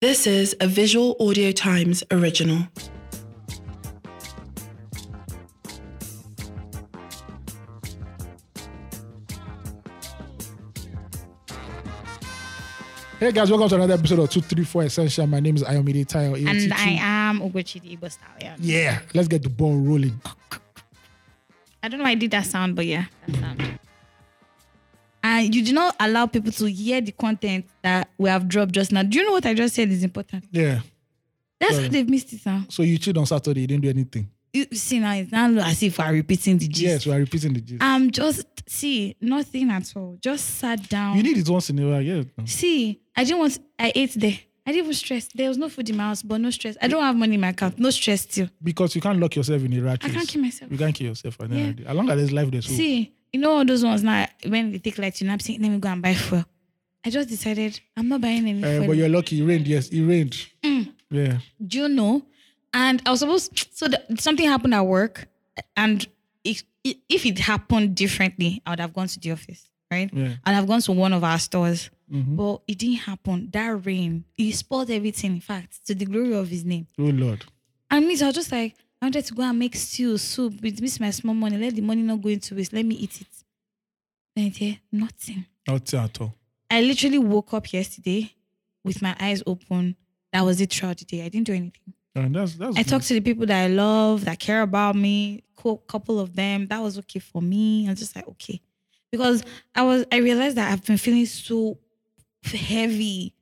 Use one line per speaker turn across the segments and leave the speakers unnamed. This is a Visual Audio Times original.
Hey guys, welcome to another episode of 234 Essential. My name is Ayomide Tayo.
And
AOTT.
I am Oguchi the Igbo style. Yeah.
Yeah, let's get the ball rolling.
I don't know why I did that sound, but yeah, that sound. And you do not allow people to hear the content that we have dropped just now. Do you know what I just said is important?
Yeah.
That's
Sorry.
how they've missed it now.
So you cheated on Saturday, you didn't do anything.
You you see now, it's now look as if we're repeating the gist.
Yes, we are repeating the gist.
I'm just, see, nothing at all. Just sat down.
You need it once in a while, yeah.
see, I didn't want, I ate there. I didn't even stress. There was no food in my house, but no stress. I don't have money in my account. No stress still.
Because you can't lock yourself in a rat
I
race.
can't kill myself.
You can't kill yourself. at the end
Yeah.
of the day. As long as there's life, there's hope.
See, you know all those ones now when they take light, you know, I'm saying, let me go and buy fuel. I just decided I'm not buying any
Eh,
fuel.
but you're lucky. It rained. Yes, it rained.
Mm.
Yeah.
Do you know? And I was supposed so the, something happened at work, and if if it happened differently, I would have gone to the office, right?
Yeah.
I'd have gone to one of our stores,
Mhm.
but it didn't happen. That rain, it spoiled everything. In fact, to the glory of His name.
Oh Lord.
And me, so I was just like, I wanted to go and make stew, soup with this my small money. Let the money not go into waste. Let me eat it. Then yeah, nothing.
Nothing at all.
I literally woke up yesterday with my eyes open. That was it throughout the day. I didn't do anything.
And that's that's
I talked to the people that I love, that care about me, a couple of them. That was okay for me. I'm just like, okay. Because I was I realized that I've been feeling so heavy.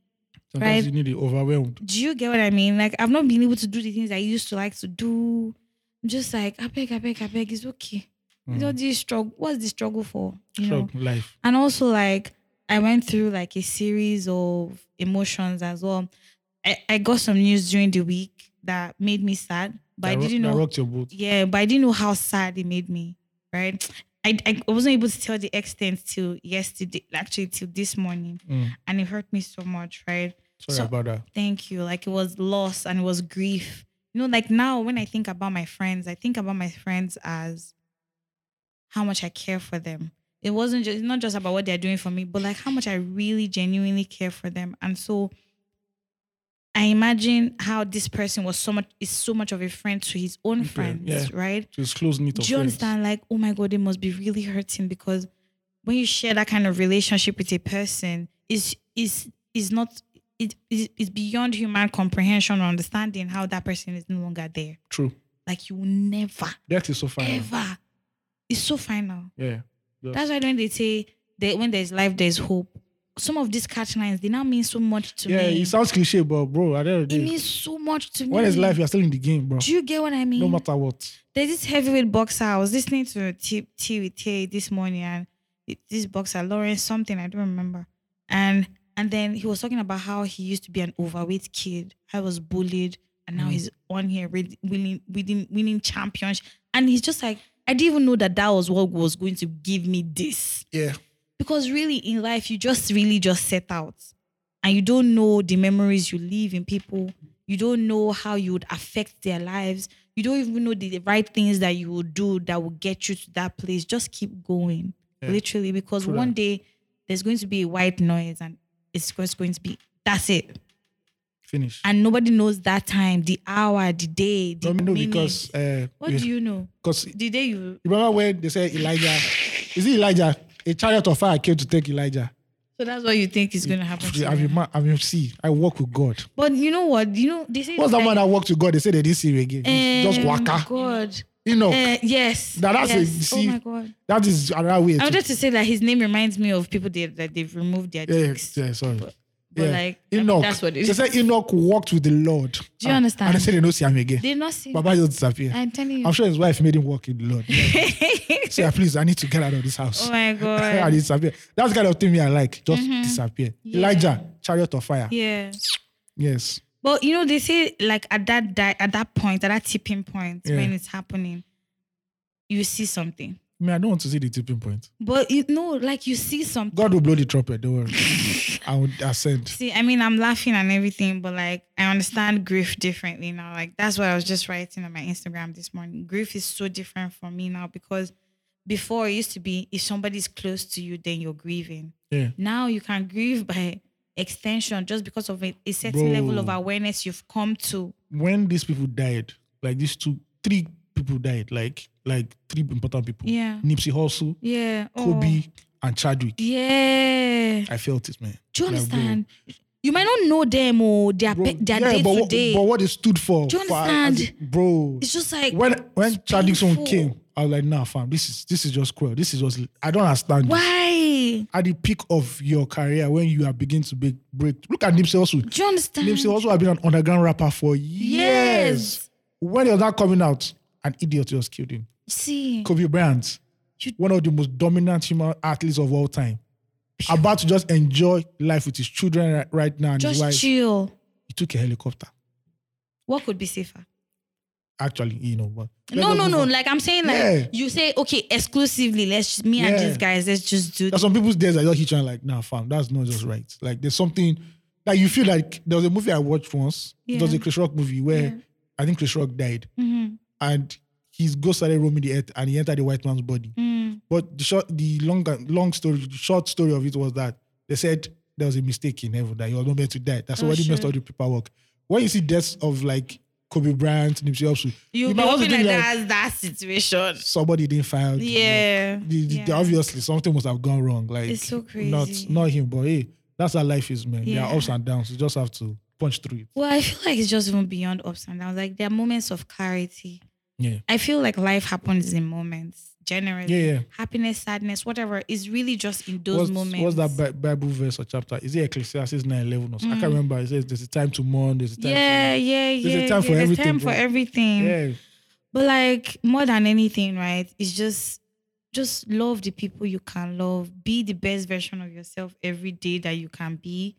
Sometimes
right.
you need it overwhelmed.
Do you get what I mean? Like I've not been able to do the things I used to like to do. I'm just like, I beg, I beg, I beg, it's okay. You know, this struggle, what's the struggle for? You know?
Shrug, Mm. life.
and also like i went through like a series of emotions as well i, I got some news during the week that made me sad but i
That ro-
didn't
that
know
rocked your boat.
yeah but i didn't know how sad it made me right I, I wasn't able to tell the extent till yesterday actually till this morning
Mm.
and it hurt me so much right
Sorry
So-
about that.
thank you like it was loss and it was grief you know like now when i think about my friends i think about my friends as how much i care for them it wasn't just not just about what they're doing for me but like how much i really genuinely care for them and so i imagine how this person was so much is so much of a friend to his own friends
yeah.
right
It was close knit of
do you
friends.
understand? Like, oh my God, it must be really hurting because when you share that kind of relationship with a person, is is is not it is it's beyond human comprehension or understanding how that person is no longer there.
True.
Like you will never
Death is so final.
ever. It's so final.
Yeah. Just-
That's why when they say that when there's life, there's hope. Some of these catchlines they now mean so much to
yeah,
me.
it sounds cliche, but bro, at the end of the
it
day,
means so much to me.
when it's life, you're still in the game, bro.
Do you get what I mean?
No matter what.
there's this heavyweight boxer. I was listening to T T with Tay this morning, and it- this boxer Lawrence something I don't remember, and and then he was talking about how he used to be an overweight kid. I was bullied, and now
Mm.
he's on here re- winning, winning, winning champions, and he's just like, I didn't even know that that was what was going to give me this
Yeah.
because really in life you just really just set out and you don't know the memories you leave in people you don't know how you would affect their lives you don't even know the right things that you will do that will get you to that place just keep going
Yeah.
literally because
True that.
one day there's going to be a white noise and it's just going to be that's it
Finish.
and nobody knows that time the hour the day the
No, no,
minute.
because uh,
what do you know
because
the day you
remember when they said Elijah, is it Elijah? A chariot of fire came to take Elijah.
so that's what you think is going to happen to
I'm
you.
a man. I'm a see. I walk with God.
but you know what you know they say
What's that
like-
man that walked with God? They said they didn't see him again. He's just
Um,
waka.
God.
You know,
Uh, yes.
Now that's a-
yes.
you see-
oh my God.
that is another way.
I
to-
wanted to say that his name reminds me of people they, that they've removed their
yeah,
dicks.
yeah, sorry.
but
yeah.
like, I mean,
Enoch.
that's what it
They
is.
said Enoch walked with the Lord. Do
you understand?
And they said they don't see him again.
They're not saying.
Baba just disappeared.
I'm telling you.
I'm sure his wife made him walk in the Lord. Say, "Ah, please, I need to get out of this house.
oh my
and
God.
disappear. That's the kind of thing me I like. Just
Mhm.
disappear.
Yeah.
Elijah, chariot of fire.
yeah.
Yes.
But you know, they say like at that di- at that point, at that tipping point
Yeah.
when it's happening, you see something.
I mean, I don't want to see the tipping point.
But you know, like you see something.
God will blow the trumpet. Don't worry. I would ascend.
See, I mean, I'm laughing and everything, but like, I understand grief differently now. Like, that's what I was just writing on my Instagram this morning. Grief is so different for me now because before it used to be if somebody's close to you, then you're grieving.
Yeah.
Now you can grieve by extension just because of a, a certain
Bro.
level of awareness you've come to.
When these people died, like these two, three people died, like like three important people.
Yeah.
Nipsey Hussle,
Yeah. oh.
Kobe, and Chadwick.
Yeah.
I felt it, man.
Do you
Like, bro.
understand? You might not know them or their
Bro,
pe- their
yeah,
day
but,
to
what-
day.
but what it stood for.
Do you
for- as
understand?
a- bro?
It's just like
when when
it's
Chadwick's one
painful.
came, I was like, nah, fam, this is this is just cruel. This is just I don't understand. this.
why?
At the peak of your career, when you are beginning to break, break look at Nipsey also.
Do you understand?
Nipsey also has been an underground rapper for years.
Yes.
When he was not coming out, an idiot just killed him.
See.
Kobe Bryant,
You-
one of the most dominant human athletes of all time, about to just enjoy life with his children ri- right now and his
Just
wife.
chill.
He took a helicopter.
What could be safer?
Actually, you know, but
no,
Let's
no,
not
no.
move on.
Like I'm saying, like
Yeah.
you say, okay, exclusively. Let's me and
Yeah.
these guys. Let's just do.
There's some people's days I just hit you and like, nah, fam, that's not just right. Like there's something like you feel like there was a movie I watched once. It was
Yeah.
a Chris Rock movie where
Yeah.
I think Chris Rock died
Mhm.
and his ghost started roaming the earth and he entered the white man's body.
Mm.
But the short the long long story, the short story of it was that they said there was a mistake in heaven that you was not meant to die. That's
Oh,
already messed
shit.
up the paperwork. When you see deaths of like Kobe Bryant, Nipsey Hussle, you
You be
might want to
hoping like
think like
that's that situation.
somebody didn't file. the-
Yeah.
the, the-
yeah.
obviously something must have gone wrong. Like
It's so
Not
crazy.
not him, but hey, that's how life is, man. There
Yeah.
are ups and downs. You just have to punch through it.
Well, I feel like it's just even beyond ups and downs. Like there are moments of clarity.
Yeah.
I feel like life happens in moments. Generally,
Yeah, yeah.
happiness, sadness, whatever is really just in those
what's,
moments. Mm.
what's that Bi- Bible verse or chapter? Is it Ecclesiastes 9 11 or something? I can't remember. It says there's a time to mourn, there's a time
yeah,
to
yeah, yeah.
There's a time
yeah.
for
There's
everything,
time
bro.
for everything.
yeah.
But like more than anything, right? It's just just love the people you can love. Be the best version of yourself every day that you can be.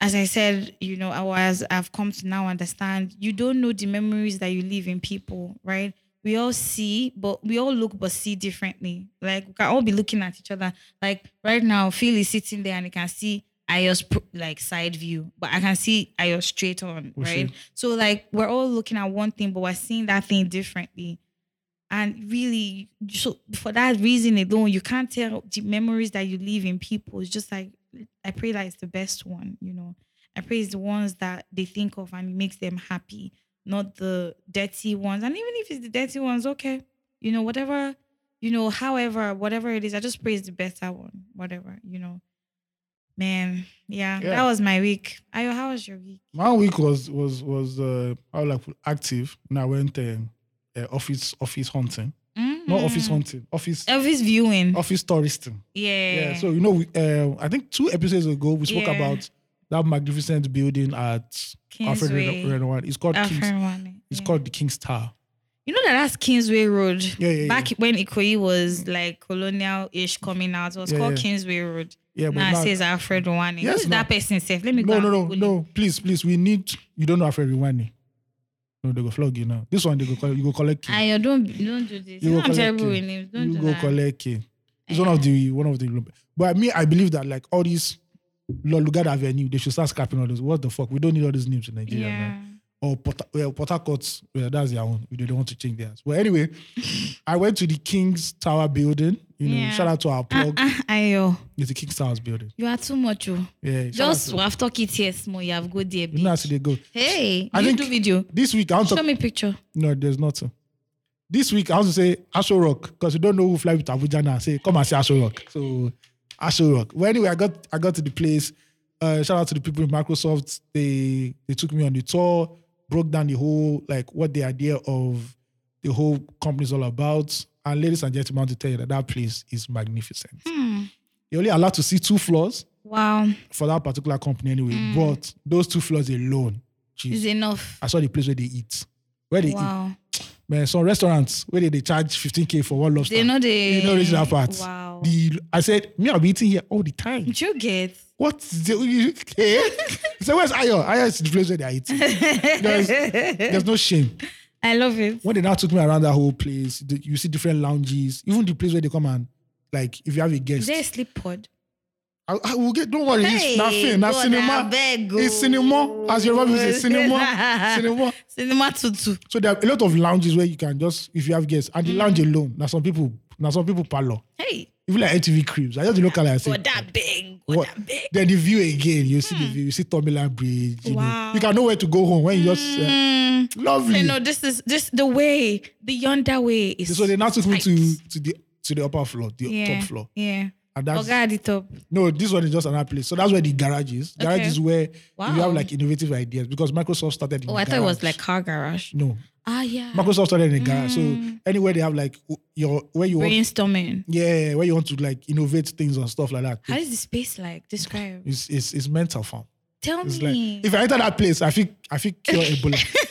As I said, you know, I was I've come to now understand you don't know the memories that you leave in people, right? We all see, but we all look but see differently. Like we can all be looking at each other. Like right now, Phil is sitting there and he can see Ayo's pro- like side view, but I can see Ayo straight on,
Oh,
right?
shit.
So like we're all looking at one thing, but we're seeing that thing differently. And really, so for that reason alone, you can't tell the memories that you leave in people. It's just like I pray that it's the best one, you know. I pray it's the ones that they think of and it makes them happy, not the dirty ones. And even if it's the dirty ones, okay, you know, whatever, you know, however, whatever it is, I just pray it's the better one, whatever, you know. Man, yeah,
Yeah.
that was my week. Ayo, how was your week?
My week was was was uh how like active. And I went uh, uh, office office hunting. Not office
Mm.
hunting, office
Elvis viewing.
office touristing.
yeah.
Yeah. So you know, we, uh, I think two episodes ago we spoke
Yeah.
about that magnificent building at Alfred
Kingsway.
Reno- Renoir. It's called
Alfred
King's.
Renoir,
It's
yeah.
called the King's Tower.
You know that that's Kingsway Road.
Yeah, yeah, yeah.
Back when Ikoyi was like colonial-ish coming out, it was
Yeah,
called
yeah.
Kingsway Road.
Yeah, but
now it
now-
says Alfred Wane.
Yes,
Who's that
now-
person safe? Let me
No,
go.
no,
and
no,
Google it.
no. Please, please. We need. You don't know Alfred Rewani. No, they go flog you now. This one they go. Call, you go collect. King.
Ayo, don't don't do this.
You
You know
go
I'm
collect
terrible
it.
with names. Don't
you
do
go
that.
collect. King. It's one of the one of the. But me, I believe that like all these. Lord Lugard Avenue, they should start scrapping all those. What the fuck? We don't need all these names in Nigeria, man.
yeah.
or Port, well, Port Harcourt, well, that's their own. They don't want to change theirs. Well, anyway, I went to the King's Tower building. You know,
Yeah.
shout out to our
Ah,
plug.
ah, Ayo,
It's the King's Towers building.
you are too much. Oh.
Yeah, shout out
Just
to-
we have talked it here small. You have good there.
you know
bitch.
as they go.
Hey,
I
you
think-
do video.
This week I want
Show
to
me picture.
no, there's nothing. This week I want to say Asho Rock because you don't know who fly with Abuja now. Say come and see Asho Rock. So Asho Rock. Well, anyway, I got I got to the place. Uh, shout out to the people in Microsoft. They they took me on the tour, broke down the whole like what the idea of the whole company is all about. And ladies and gentlemen, I want to tell you that that place is magnificent.
Hmm.
You're only allowed to see two floors
Wow,
for that particular company anyway.
Hmm.
But those two floors alone,
is
geez,
enough.
I saw the place where they eat, where they eat.
Wow,
Man, some restaurants where they, they charge 15k for one lobster.
they know the
you know this that part.
Wow,
The I said, me, I'll be eating here all the time.
did you get?
What is the you- okay? so where's Ayo? Ayo is the place where they are eating. There's, there's no shame.
I love it.
When they now took me around that whole place, the, you see different lounges, even the place where they come and like if you have a
Is
guest.
there a sleep pod?
I, I will get don't worry,
Hey,
it's nothing, not
God, I
cinema.
beg,
it's
oh.
cinema. As your people say, cinema. cinema.
Cinema tutu.
So there are a lot of lounges where you can just if you have guests
Mm.
and the lounge alone. Now some people now some people parlor.
Hey,
Even like ATV cribs. I just look at it and say,
God, that big.
What?
that big.
Then the view again. You see the view. You see Tomilan Bridge. You, know.
Wow.
you can know where to go home when you just uh,
Mm,
lovely.
you know, this is this the way the yonder way is.
so they now took me to
tight.
to the to the upper floor, the
yeah,
top floor,
Yeah.
and
Or
that's
guard it up.
no. This one is just another place. So that's where the garage is. Garage
Okay.
is where if you
Wow.
have like innovative ideas because Microsoft started. In
Oh,
the
I thought it was
garage.
like car garage.
no.
Ah, yeah.
Microsoft started in the garage. So
Mm.
anywhere they have like w- your where you want,
Brainstorming.
yeah, where you want to like innovate things and stuff like that.
How is the space like? Describe.
It's it's, it's mental farm.
Tell
It's like
me.
if I enter that place, I think I think cure Ebola.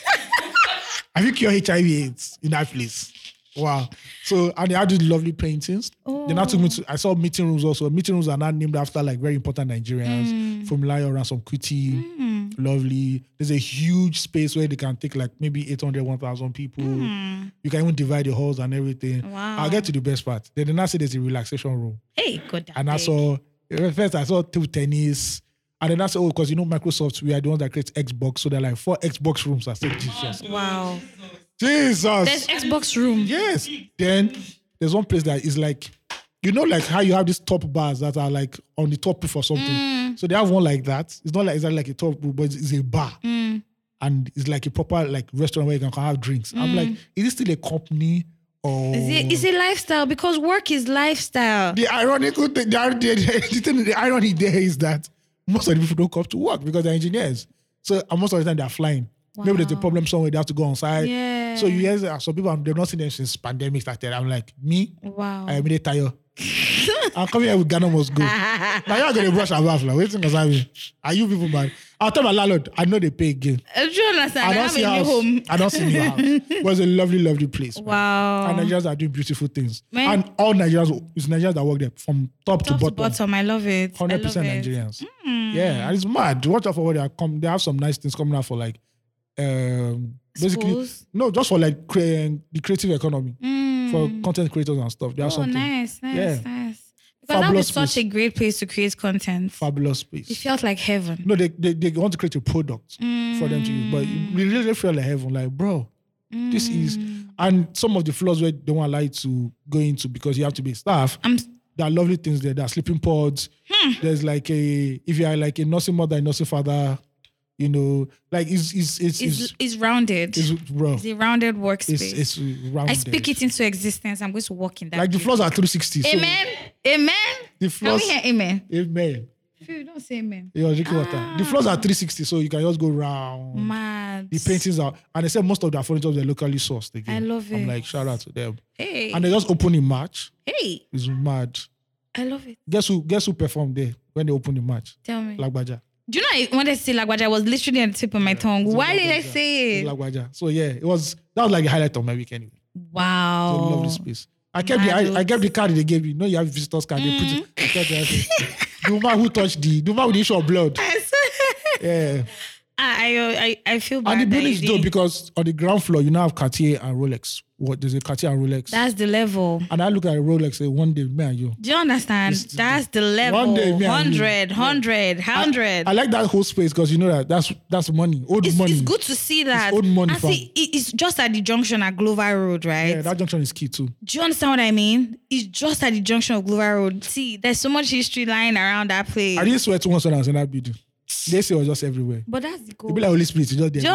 I think cure HIV/AIDS in that place. Wow. So and they had these lovely paintings. Then I took me
Oh.
to I saw meeting rooms also. Meeting rooms are now named after like very important Nigerians
Mm.
from Lion and some Kuti.
Mm.
Lovely. There's a huge space where they can take like maybe 800, 1,000 people.
Mm.
You can even divide the halls and everything.
Wow.
I'll get to the best part. Then the next day there's a relaxation room.
Hey, good. that
And I
big.
saw eh, first I saw two tennis. And then I said, oh, because you know Microsoft, we are the ones that create Xbox. So they're like four Xbox rooms. I said, Jesus.
Wow.
Jesus.
There's Xbox room.
yes. Then there's one place that is like, you know, like how you have these top bars that are like on the top roof or something.
Mm.
So they have one like that. It's not like exactly like a top roof, but it's- it's a bar.
Mm.
And it's like a proper like restaurant where you can have drinks. I'm like, is this still a company or
Mm. Is it, it's a lifestyle because work is lifestyle.
the ironical thing, the, ir- the, the, thing- the irony there is that most of the people don't come to work because they're engineers. So and most of the time they're flying. Maybe there's a
Wow.
problem somewhere they have to go on site.
yeah.
So you hear that some people they've not seen them since pandemic started. I'm like, me,
Wow.
I am really tired. I'm coming here with Ghana must go. now you're gonna brush our bath. Like, what thing I mean? Are you people mad? I'll tell my landlord, I know they pay again.
Uh, do you understand?
I
I,
don't
have
see
a new
house.
home.
I don't see new house. It was a lovely, lovely place. man.
Wow.
And Nigerians are doing beautiful things.
Man.
And all Nigerians, it's Nigerians that work there from top,
Top
to
to
bottom.
bottom. I love it. I
Hundred
love
percent
it.
Nigerians. Yeah, and it's mad. Watch out for what they are come. They have some nice things coming out for like, um, basically
Schools?
no, just for like cre- the creative economy
Mm.
for content creators and stuff. They have
oh,
something
nice, nice,
Yeah.
nice. Because that
Fabulous
was such
place.
a great place to create content.
fabulous
It
space.
felt like heaven.
No, they, they they want to create a product for them to use, but we really feel like heaven. Like, bro, this is and some of the floors where they don't allow you to go into because you have to be staff.
I'm
there are lovely things there. There are sleeping pods.
Hmm.
There's like a if you are like a nursing mother, a nursing father, you know, like it's it's it's
it's,
it's,
it's rounded.
it's,
It's,
bro.
a rounded
It's
workspace.
it's round.
I speak it into existence. I'm going to walk in that.
like the
place.
floors are 360.
Amen. Amen.
The
Can
floors-
we hear amen?
So, amen.
Phil, don't say amen.
You're drinking water.
Ah.
The floors are 360, so you can just go round.
Mm. Mad.
The paintings are, and they said most of their furniture they're locally sourced. Again.
I love
I'm
it.
like shout out to them,
Hey.
and they just open in March.
hey.
It's mad.
I love it.
Guess who? Guess who performed there when they opened in March?
Tell me.
Lagbaja.
Do you know I wanted to say Lagwaja was literally on the tip of my tongue. Why did I
Lagwaja.
say it?
Lagwaja. So yeah, it was that was like the highlight of my weekend. Anyway.
Wow.
It's
Oh.
a lovely space. I kept the I, I kept the card they gave me. No, you have visitors card. They put it. they
Mm.
kept the, the woman who touched the, the woman with the issue of blood. Yeah,
I, I I feel bad.
and the
that
building
you
is
didn't-
dope because on the ground floor you now have Cartier and Rolex. What there's a Cartier and Rolex.
That's the level.
and I look at Rolex say one day me and you.
Do you understand?
It's-
That's the level.
One day, me and you.
100, 100, 100.
I like that whole space because you know that that's that's money, old
it's,
money.
it's good to see that.
old money
And see, it- it's just at the junction at Glover Road, right?
Yeah, that junction is key too.
Do you understand what I mean? It's just at the junction of Glover Road. See, there's so much history lying around that place.
I didn't sweat once when I was in that building. They say it was just everywhere.
but that's the goal.
It be like Holy Spirit, it's just there.
Do you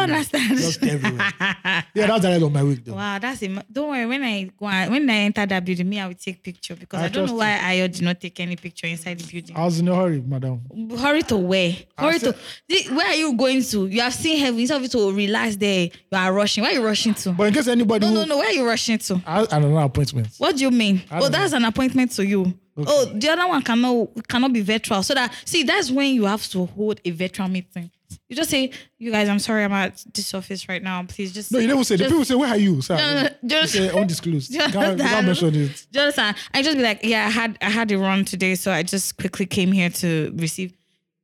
understand?
Just everywhere. yeah, that's the highlight of my week though.
Wow, that's it. Don't worry. When I go, out- when I enter that building, me, I will take picture because
I
I, don't know
trust
why I did not take any picture inside the building.
I was in a hurry, madam.
Hurry to where? Hurry
said-
to Thi- where are you going to? You have seen heaven. Instead of you to relax there, you are rushing. Where are you rushing to?
But in case anybody
no,
who,
no, no. Where are you rushing to?
I had another appointment.
What do you mean?
don't
Oh, that's an appointment to you. Oh, the other one cannot cannot be virtual. So that see, that's when you have to hold a virtual meeting. You just say, "You guys, I'm sorry, I'm at this office right now. Please just."
No, you never say. The
just-
people say, "Where are you, sir?"
no, no,
You
just-
say undisclosed.
Just-
Can't, can't mention it.
Jonathan, I just be like, yeah, I had I had a run today, so I just quickly came here to receive.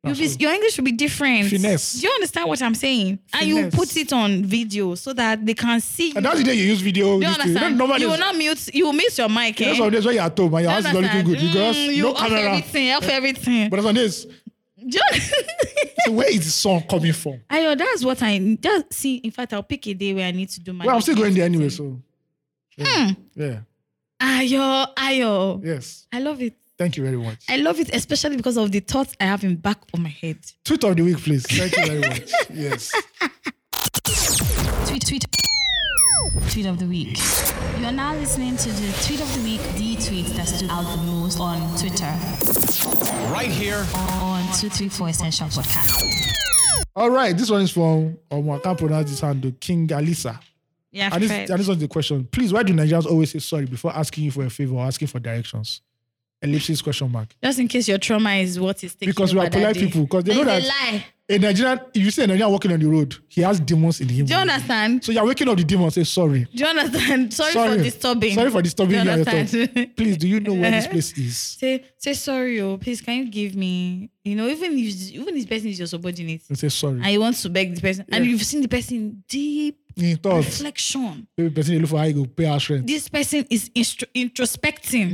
You'll be, your English will be different.
Finesse.
Do you understand what I'm saying? And
Finesse.
you put it on video so that they can see you.
And that's the day you use video.
Do you
this thing.
understand?
Don't- nobody-
You will not mute. You will mute your mic. Eh?
That's on days when you're at home and your
Do you
house is not looking
understand?
good because
Mm, you
no
off
camera.
everything. Off everything.
But that's on this.
Do you-
So where is the song coming from?
Ayo, that's what I just see. In fact, I'll pick a day where I need to do my.
Well, I'm still going there
Hmm.
anyway. So yeah, yeah.
Ayo, ayo.
yes.
I love it.
Thank you very much.
I love it, especially because of the thoughts I have in back of my head.
Tweet of the week, please. Thank you very much. Yes.
Tweet, tweet. Tweet of the week. You are now listening to the tweet of the week, the tweet that stood out the most on Twitter
right here.
on 234 Essential Podcast.
All right. This one is from um, I can't pronounce this handle, King Alisa.
Yeah, I've
And this,
tried.
and this one's the question. Please, why do Nigerians always say sorry before asking you for a favor or asking for directions? Ellipsis question mark.
Just in case your trauma is what is taking
Because we
over
are
that
polite
day.
people, 'cause they know
It's a
that-
lie.
A Nigerian, if you see a Nigerian walking on the road, he has demons in him.
Do you understand?
So you're waking up the demon and say sorry.
Do you understand? Sorry, for disturbing.
Sorry for disturbing
Do you
you and your
understand?
thoughts. Please, do you know where this place is?
Say, say sorry, oh, please. Can you give me, you know, even if even this person is your subordinate,
And say sorry.
and you want to beg the person, and
Mm-hmm. Yeah.
you've seen the person in deep
In thoughts,
reflection.
maybe person you look for how you go pay us rent. Hmm.
This person is instro- introspecting.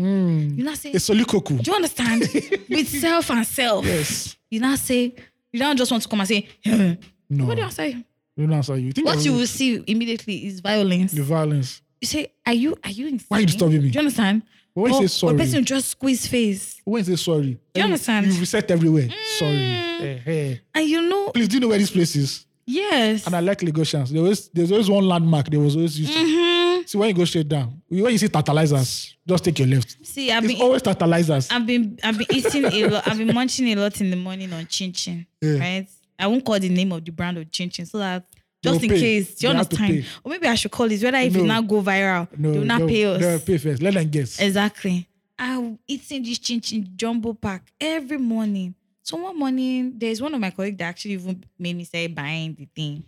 You now say,
Mm. It's solikoku.
do you understand? With self and self,
Yes.
you now say, you don't just want to come and say, "Hmm."
No.
what do you say?
You don't answer you. you think
What
I'm-
you will see immediately is violence.
the violence.
you say, are you are you insane?
Why you disturbing me?
Do you understand?
But when you
Or-
say
Or
sorry-
person will just squeeze face.
When you say sorry,
you understand? Mm.
You reset everywhere. Sorry. Eh, eh.
And you know,
Please, do you know where this place is?
yes.
And I like Lagosians. There was there's always one landmark. There was always used to.
Mm-hmm.
See when you go straight down, when you see tantalizers, just take your left.
see, I've
It's
been
always tantalizers.
I've been I've been eating a lot. I've been munching a lot in the morning on chin chin.
Yeah.
Right. I won't call the name of the brand of chin chin so that just
They'll
in
pay.
case. Do you
They have to
understand?
pay.
Or maybe I should call it. Whether if it
No.
now go viral,
No,
they'll not
they'll-
pay us. Eh.
They'll pay first. Let them guess.
Exactly. I'm eating this chin chin jumbo pack every morning. So one morning, there's one of my colleagues that actually even made me say buying the thing.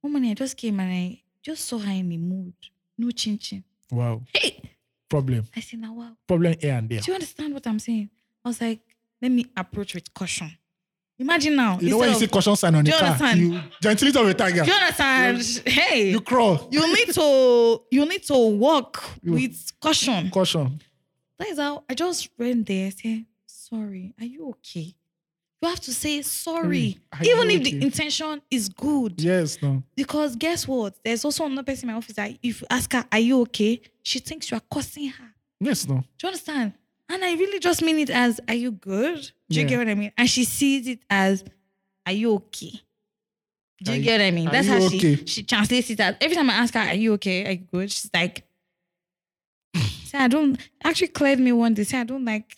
One morning, I just came and I just saw her in the mood. No chin chin.
Wow.
Hey!
Problem.
I said, now wow.
Problem here and there.
Do you understand what I'm saying? I was like, let me approach with caution. Imagine now.
You know when you
instead
see caution sign on the
Do you
car,
understand?
you gently tell the tiger.
of- Do you understand? Hey,
You
you,
crawl.
need to you need to walk
You-
with caution.
Caution.
That is how I just went there. Say, sorry, are you okay? You have to say sorry,
Mm, Are you
even if the
okay?
intention is good.
Yes. No.
Because guess what? There's also another person in my office that if you ask her, "Are you okay?" she thinks you are cursing her.
Yes. No.
Do you understand? And I really just mean it as, "Are you good?" Do you
Yeah.
get what I mean? And she sees it as, "Are you okay?" Do
Are
you
you-
get what I mean?
are
That's
you
how she
okay?
she translates it as. Every time I ask her, "Are you okay? Are you good?" She's like, "Say I don't." Actually, cleared me one day. Say I don't like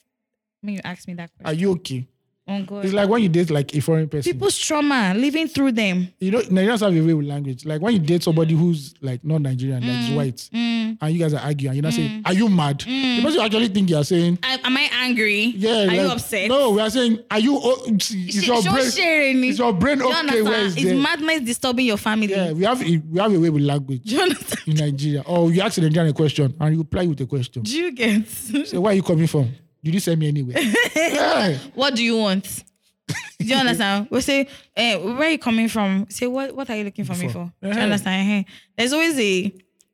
when you ask me that
Are
question.
you okay?
oh God,
It's like when you date like a foreign person.
people's trauma living through them.
you know, Nigerians have a way with language. Like when you date somebody who's like not Nigerian, like is white,
Mm.
and you guys are arguing, and you not saying, "Are you mad?" The person actually think you are saying,
I, am I angry?
"Yeah."
Are you
like,
upset?
No, we are saying, "Are you? Oh, is
She-
your
she
brain?
was sharing.
Is your brain
Do you
okay? Where
understand?
is
Is
there?"
madness disturbing your family?
Yeah, we have a, we have a way with
Do
language
you understand?
in Nigeria. Or you ask a Nigerian a question, and you reply with a question.
Do you get?
Say, "Where are you coming from? Did you send me anywhere?" yeah.
what do you want? Do you understand? We say, eh, where are you coming from? Say, what what are you looking for me for?
Before.
Do you
Eh-heh.
understand? Eh. There's always a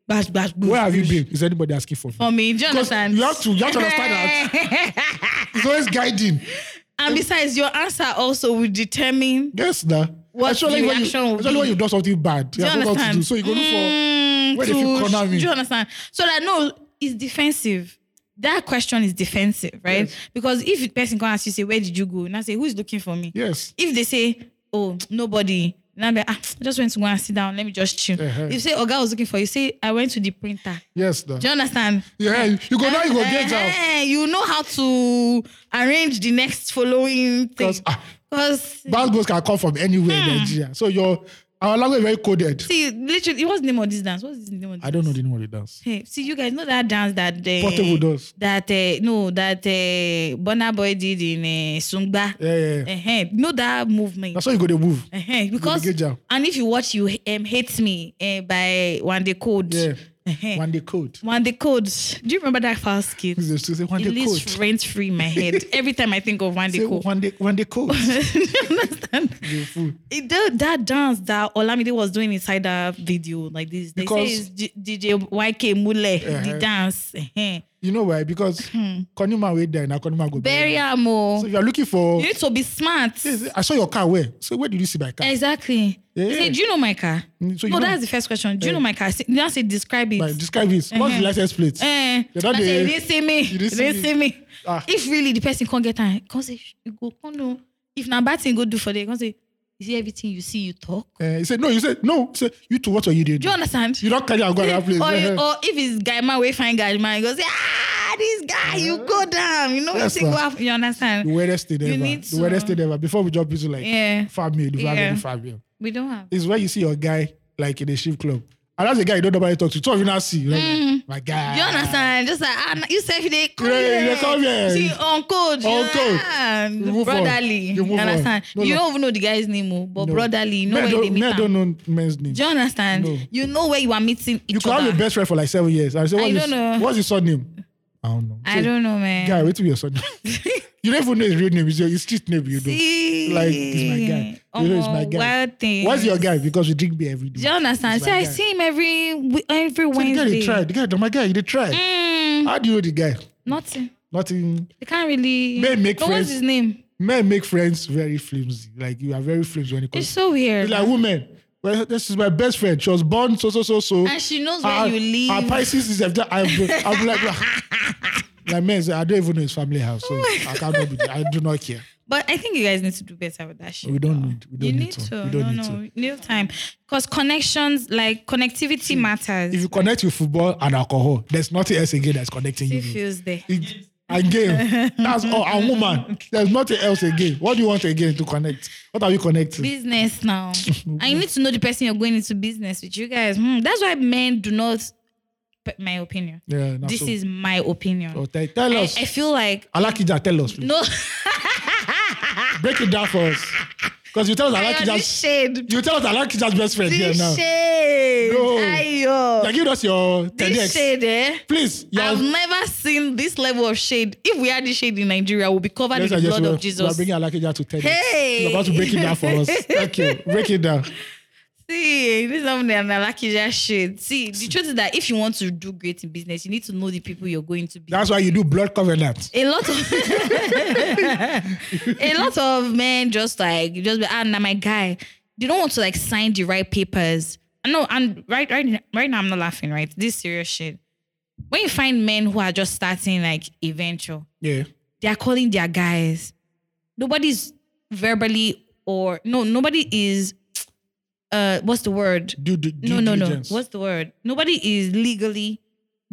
bash bash. boosh,
Where have you
boosh
been? Is anybody asking for me?
For me, do you
'Cause
understand?
you have to you have to understand that it's always guiding.
and besides, your answer also will determine.
Yes, nah.
What
especially
the
when
reaction
you,
will
especially
be.
when you've done something bad.
Do you
you have no what to
understand?
do. So you go look for
Mm,
where they fit
to-
corner me.
Do you understand? So that no, it's defensive. That question is defensive, right? Because if the person can ask you, say, where did you go? And I say, who's looking for me?
yes.
If they say, oh, nobody, now be, ah, I just went to go and sit down. Let me just chill.
Uh-huh.
If you say, oh, guy was looking for you, say, I went to the printer.
Yes, nah.
Do you understand?
Yeah, you you go now, you go get out.
Eh, you know how to arrange the next following thing.
'Cause, ah.
Because,
Bad boys can come from anywhere
Hmm.
in Nigeria. So your our language is very coded.
see, literally, what's the name of this dance? What's the name of this
I don't know the name of the dance.
Hey, see, you guys know that dance that uh,
Portable does.
That uh, no, that uh, Bonner Boy did in uh, Sungba.
Yeah, yeah. yeah.
Uh-huh. Know that movement.
That's how you go to move.
Uh-huh. Because
get jam.
and if you watch, you um, hate me uh, by one day code.
Yeah.
Uh-huh.
When they code.
One day code. Do you remember that fast kid?
They still say when
It
they
lives
code.
rent free in my head every time I think of one day
Say
code.
when they when they code.
Do you understand?
You fool.
It, that, that dance that Olamide was doing inside that video, like this, they
Because-
say it's G- DJ YK Mule,
Uh-huh.
the dance. Uh-huh.
You know why? Because Konima wait there and Konima go
Hmm. Bury
am.
am, oh.
So if you're looking for,
You need to be smart.
Yes, I saw your car where. So where did you see my
Eh,
car?
Exactly.
Yeah.
He said, Do you know my car?
Mm, so you
no,
know- Eh.
that's the first question. Do you know my car? I said- You now say, Describe it.
Like, describe this. What's the license plate?
Mm-hmm. Eh,
You're
I
not
say,
the-
you didn't see
you
me. You
didn't
didn't,
see me.
see me.
Ah.
If really the person can't get time, come say, "Sh- you go, come no. If na bad thing, go do for the Come say, is it everything you see, you talk?
Eh, he said, no, you said, no. He said, you two, what are you doing?
Do you understand?
You don't carry and go and that place.
or,
Eh, eh.
or if it's guy man, we find guy man, he goes, ah, this guy, you go down. You know,
Eh? Yes,
you think,
ma'am.
well, you understand?
the weirdest thing
You
ever.
need
The weirdest
to-
thing ever. Before we jump into like
Yeah.
farm meal, the farm meal,
Yeah.
the farm meal.
We don't have.
It's where you see your guy like in a ship club. And that's the guy you don't normally talk to. Two of you now see. you know,
Mm.
like, My guy.
You understand? Just like ah, na- you say if they come
Yeah, yeah,
here,
they come here.
See, uncle, you
Uncle.
understand?
You move on.
brotherly.
You
You,
move on.
understand?
No,
you
no.
don't even know the guy's name, oh, but
No.
brotherly, you know
Men
where
don't-
they meet.
Men
am.
don't know men's name.
Do you understand?
No.
You know where you are meeting each
You could
other.
have your best friend for like seven years. I said,
I
what's, his,
don't know.
what's his surname? I don't know.
I don't know, man.
Guy, wait till your surname. you don't even know his real name. It's your his street name. You know.
See,
Like, he's my guy. You know, he's my
Omo,
guy.
Wild thing.
What's your guy? Because we drink beer every day.
Do you understand?
He's
See,
my
I
guy.
see him every we- every
So the guy,
Wednesday.
they try. The guy, my guy, they try.
Mm,
How do you know the guy?
nothing.
Nothing.
They can't really.
Men make
but
friends.
what's his name?
Men make friends very flimsy. Like you are very flimsy when it comes.
It's so weird.
It's like women. Well, this is my best friend. She was born so so so so.
and she knows where
Her-
you live.
Her Pisces is after. I'm, I'm like, like men, say, I don't even know his family house,
Oh
so I cannot be. there. I do not care.
But I think you guys need to do better with that shit.
We don't
though.
need- we don't
you
need
need,
to.
to.
We don't
no,
need
no,
to.
we need time. Because connections, like connectivity matters.
If you connect with football and alcohol, there's nothing else again that's connecting
Still
you.
feels there.
It, and game. That's all. And woman. There's nothing else again. What do you want again to connect? What are you connecting?
Business now. and you need to know the person you're going into business with. You guys, hmm, that's why men do not. but My opinion.
Yeah, now
this
so-
is Eh, my opinion.
Oh, tell, tell
I,
us.
I feel like
Alakija, tell us. please.
no.
Break it down for us. Because you tell us
Ayo, this
Alakija's
shade.
you tell us Alakija's best friend here
This
now.
shade.
No.
Ayo.
Like, give us your
this
10x.
shade, eh?
Please. your-
I've never seen this level of shade. If we had this shade in Nigeria, we'll be covered
Yes,
in
I
the
just-
blood
we are-
of
We are
Jesus.
bringing Alakija to 10x.
Hey.
You're about to break it down for us. Thank you. Break it down.
See, this is something an Alakija shade. See, the truth is that if you want to do great in business, you need to know the people you're going to be.
That's why you do blood covenant.
a lot of a lot of men just like just be ah nah my guy. They don't want to like sign the right papers. I know and right right right now I'm not laughing, right? This serious shit. When you find men who are just starting like a venture,
Yeah.
they are calling their guys. Nobody's verbally or no, nobody is uh what's the word?
Due, due, due
no, no,
diligence.
no. What's the word? Nobody is legally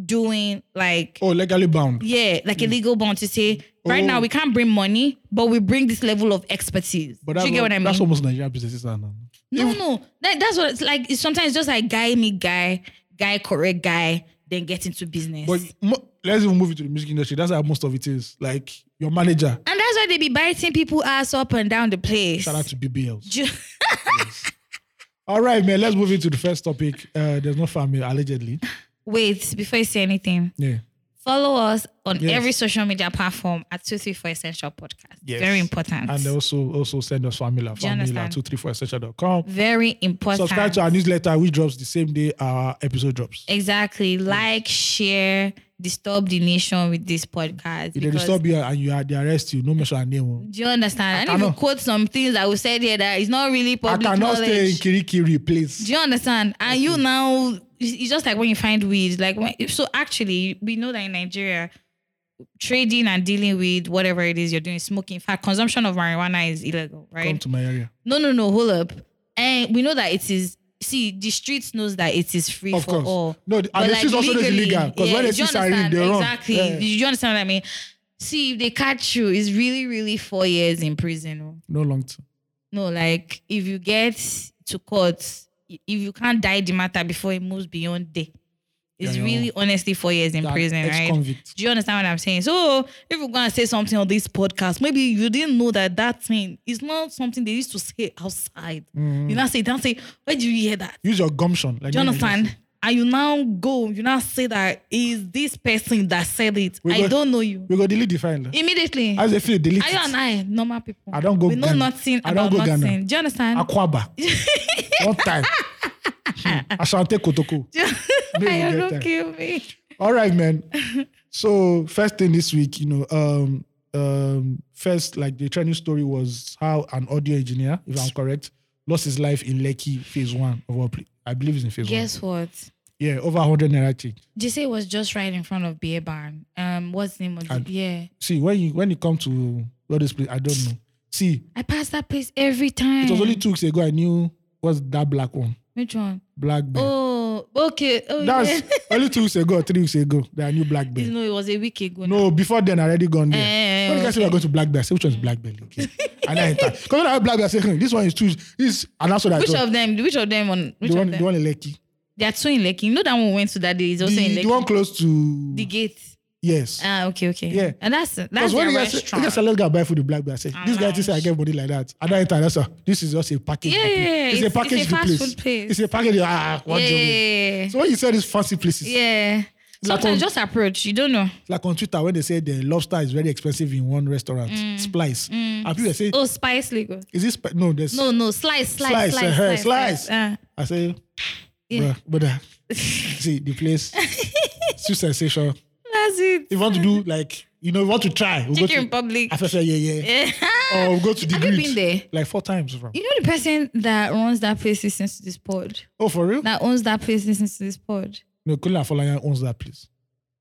doing like
Oh, legally bound.
yeah, like a legal bond to say right
Mm. Oh.
now we can't bring money, but we bring this level of expertise.
But
Do
that's
you get
al-
what I mean?
That's almost Nigerian businesses are now.
no, no, That- that's what it's like. It's sometimes just like guy meet guy, guy correct guy, then get into business.
But mo- let's even move into the music industry. That's how most of it is. Like your manager.
and that's why they be biting people ass up and down the place.
Shout out to BBLs.
Ju-
All right, man. Let's move into the first topic. Uh, there's no family, allegedly.
Wait, before you say anything,
Yeah.
follow us on
Yes.
every social media platform at 234 Essential Podcast.
Yes.
Very important.
And uh, also also send us formula,
Do you
formula
understand?
234essential.com.
Very important.
Subscribe to our newsletter, which drops the same day our episode drops.
Exactly.
Mm.
Like, share, disturb the nation with this podcast.
If they
because-
disturb you and you are they arrest you, no mention our name. oh.
Do you understand?
I
I need to
cannot.
quote some things that we said here that is not really
I
public
cannot
knowledge.
stay in Kirikiri, please.
Do you understand? And you now, it's it's just like when you find weed. Like when, so, actually, we know that in Nigeria, trading and dealing with whatever it is you're doing, smoking. In fact, consumption of marijuana is illegal,
Come
right?
to my area.
No, no, no. Hold up. And we know that it is. See, the streets knows that it is free
Of
for
course.
all.
No, the- and the streets also know it's illegal, 'cause when they
do
see
you
siren,
understand?
they run.
Exactly.
Yeah.
Do you understand what I mean? See, if they catch you, it's really, really four years in prison. oh.
No long term.
No, like if you get to court, i- if you can't die the matter before it moves beyond day, it's
Yeah, yeah.
really honestly four years in
That
prison, right?
ex-convict.
Do you understand what I'm saying? So if you're gonna say something on this podcast, maybe you didn't know that that thing is not something they used to say outside.
Mm-hmm.
You now say, don't say, where do you hear that?
Use your gumption. Like
Do you
no
understand?
emergency.
And you now go, you now say that is this person that said it.
We
I
go-
don't know you.
We go delete the file.
Immediately.
As they feel delete.
Are
it.
you and I normal people?
I don't go
We know
Ghana.
nothing
I don't
about
go Ghana.
nothing. Do you understand?
Akwaba. One time. Ashante Kotoko.
I
Maybe
don't
later.
kill me.
All right, man. So first thing this week, you know, um, um, first like the trending story was how an audio engineer, if I'm correct, lost his life in Lekki Phase One of all. pla- I believe it's in Phase
Guess what?
One. Yeah, over 100 naira change.
They say it was just right in front of Beer Barn. Um, what's the name of
And-
it? Yeah.
See, when you when you come to all this place, I don't know. See,
I pass that place every time.
it was only two weeks ago. I knew what's that black one,
Which one?
black bear.
Oh, okay. Oh, yeah.
That's only two weeks ago, three weeks ago. That I knew black bear.
No, it was a week ago. now.
No, before then, I already gone there.
Eh,
when the guy said we are
okay.
going to Black Bear, I said, which one is Black Bear? Okay. and I entered. Because when I had Black Bear, I said, "Hmm, this one is two. This, and also that
Which
I thought,
of them? Which of them? On which
the,
of
one,
them?
the one in Lekki.
There are two in Lekki. You know that one we went to that day is also in
The,
Lekki.
the one close to.
the gate.
yes.
Ah, okay, okay.
Yeah.
And that's that's
Because when
their
the guy said, the guy
restaurant. Ah,
said, let's go and buy food with Black Bear, I said, this guy just said, I get money like that. And I entered. I said, this is just a package.
Yeah,
replay.
yeah, yeah.
It's,
It's- it's
a
a
package.
fast
replace.
food place.
It's a package. Ah, what do you mean?
yeah.
So when you said these fancy places,
Yeah.
Like
Sometimes
on-
just approach. You don't know.
like on Twitter, when they say the lobster is very expensive in one restaurant, Splice, and people say,
Mm. Oh, spice Lego.
is this, sp- no, there's
No, no, slice,
Slice,
slice, slice,
uh,
slice,
hey,
slice.
slice.
Ah.
I say,
Yeah.
bruh, brother, see the place, it's too sensational. If
that's it.
you want to do like, you know, you want to try, we'll
Chicken
go to
Republic.
I say, yeah, yeah,
Yeah.
or we'll go to the
Have you
grid.
been there?
Like four times, bro.
You know the person that runs that place listens to this pod.
Oh, for real?
That owns that place listens to this pod.
No, Kula Folanya owns that place.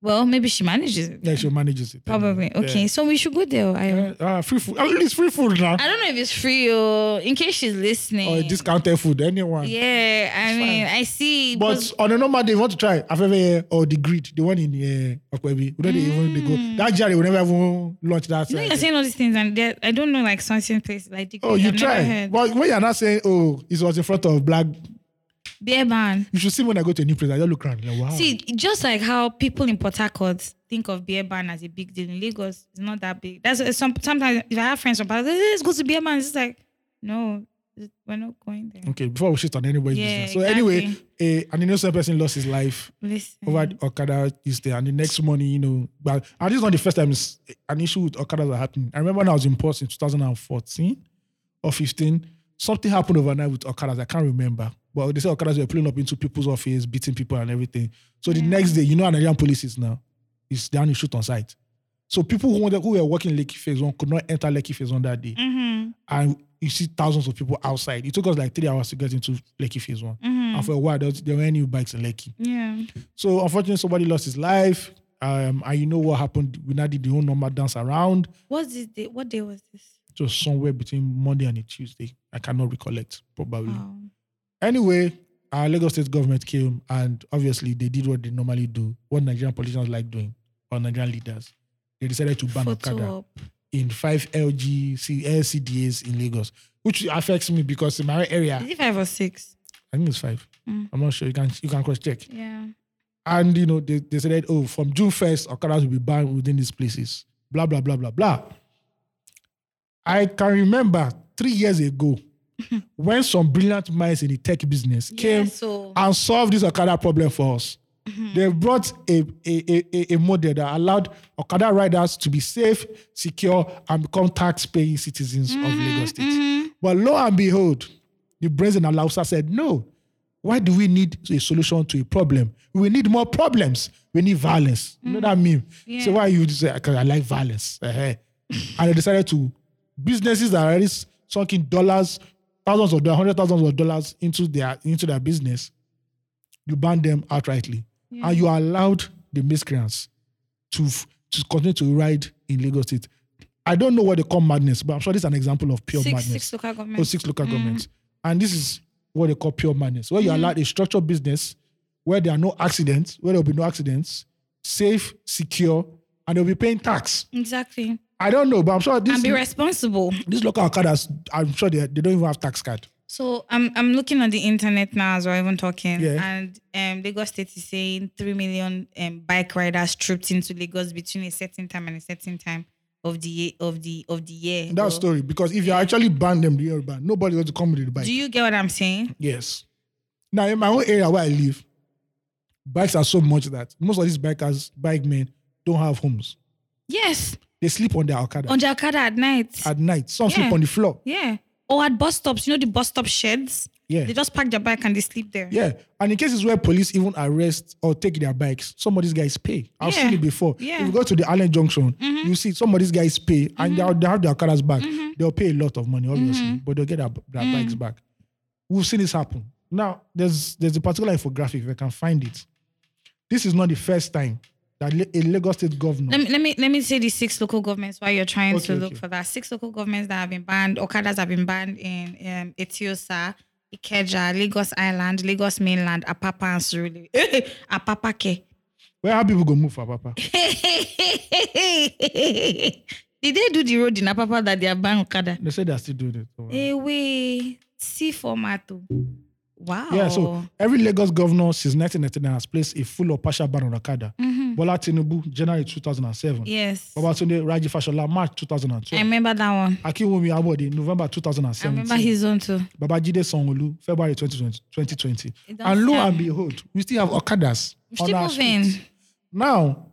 Well, maybe she manages it.
Yeah, she manages it.
Probably. Okay. So we should go there. I,
Yeah. Ah, free food. At least free food now,
I don't know if it's free or in case she's listening.
or discounted food. Anyone.
Yeah, I mean, I see.
But
because-
on a normal day, you want to try Afefe or the grid, the one in uh, Okwebi. We don't even they go. That Jerry will never even launch that.
Mm. you know,
side.
you're saying all these things, and there- I don't know, like, something place like the
Oh, you
I've never
try.
heard.
But when you're not saying, oh, it was in front of black,
Beer ban.
you should see when I go to a new place, I just look around. Like, wow.
See, just like how people in Port Harcourt think of beer ban as a big deal in Lagos, it's not that big. That's it's some sometimes if I have friends from Port Harcourt, let's go to beer ban. It's just like, no, we're not going there.
Okay, before we shit on anybody's
Yeah,
business. So, anyway, eh, a, an innocent person lost his life
Listen,
over the Okada Tuesday, and the next morning, you know, but and this is not the first time it's an issue with Okadas that happened. I remember when I was in Port in 2014 or 15, something happened overnight with Okadas. I can't remember, but they say Okadas were pulling up into people's office, beating people and everything. So the next day, you know, how Nigerian police is now is down to shoot on site. So people who, wanted, who were working Lekki Phase One could not enter Lekki Phase One that day,
Mm-hmm,
and you see thousands of people outside. It took us like three hours to get into Lekki Phase One,
Hmm.
and for a while there, was- there were any bikes in Lekki.
mm-hmm. yeah,
So unfortunately, somebody lost his life. Um, and you know what happened? We now did the whole normal dance around.
what's this day? What day was this?
It was somewhere between Monday and a Tuesday. I cannot recollect, probably.
Wow.
Anyway, our Lagos state government came and obviously they did what they normally do, what Nigerian politicians like doing, or Nigerian leaders. They decided to ban Okada
Photo up.
in five LG C- LCDAs in Lagos, which affects me because in my area,
Is it five or six?
I think it's five.
Mm.
I'm not sure. You can you can cross check.
Yeah.
And you know, they, they said, oh, from June 1st, Okadas will be banned within these places. Blah, blah, blah, blah, blah. I can remember three years ago when some brilliant minds in the tech business came
yeah so
and solved this Okada problem for us. They brought a, a, a- a, a model that allowed Okada riders to be safe, secure, and become tax paying citizens of Lagos State. But lo and behold, the brazen Alausa said, no, why do we need a solution to a problem? We need more problems. We need violence. You know that meme? So why you say, because I like violence. Eh-heh. and they decided to, businesses that are already sunk in dollars, thousands of dollars, hundred thousands of dollars into their, into their business, you ban them outrightly. And you allowed the miscreants to, f- to continue to ride in Lagos State. I don't know what they call madness, but I'm sure this is an example of pure
six, Mm.
madness
six local government.
or six local governments. And this is what they call pure madness, where you
Mm-hmm.
allow a structured business where there are no accidents, where there will be no accidents, safe, secure, and they'll be paying tax.
Exactly.
I don't know, but I'm sure this,
And be responsible.
these local Okadas, I'm sure they, they don't even have tax card.
So I'm I'm looking on the internet now as we're even talking,
Yeah.
and um, Lagos State is saying three million um, bike riders trooped into Lagos between a certain time and a certain time of the ye- of the of the year.
That
Or-
story, because if you actually ban them, the Yoruba, nobody going to come with the bike.
Do you get what I'm saying?
yes. Now, in my own area where I live, bikes are so much that most of these bikers, bike men, don't have homes.
Yes,
They sleep on their Okada
on the Okada at night.
at night. Some sleep
Yeah.
on the floor.
yeah. Or at bus stops, you know the bus stop sheds.
Yeah.
They just park their bike and they sleep there.
Yeah, and in cases where police even arrest or take their bikes, some of these guys pay. I've
Yeah.
seen it before.
Yeah. Mm-hmm.
If you go to the Island Junction, you see some of these guys pay, and they'll, they have their cars back. They'll pay a lot of money, obviously,
Mm-hmm.
but they'll get their, their
Mm.
bikes back. We've seen this happen. Now, there's there's a particular infographic if I can find it. This is not the first time that Le- a Lagos State governor.
Let me, let me let me say the six local governments while you're trying to
Okay,
look
okay.
for that. Six local governments that have been banned. Okadas have been banned in um, Etiosa, Ikeja, Lagos Island, Lagos Mainland, Apapa and Surulere. Eh, eh, Apapake.
Where are people go move for Papa?
Did they do the road in Apapa that they are banned Okada?
they say they're still doing it. So, uh,
Eh, we see formato. Wow.
Yeah,
Oh.
so every Lagos governor since 1999 has placed a full or partial ban on Okada. Bola Tinubu, January 2007.
Mm-hmm. yes.
Babatunde Raji Fashola, March
I
2012.
remember that one.
Akinwumi Abode, November
I
2017.
remember his own too.
Babajide Songolu, February 2020. 2020.
It does
And lo
sound-
and behold, we still have Okadas.
We're
on
still
our
moving.
streets. Now,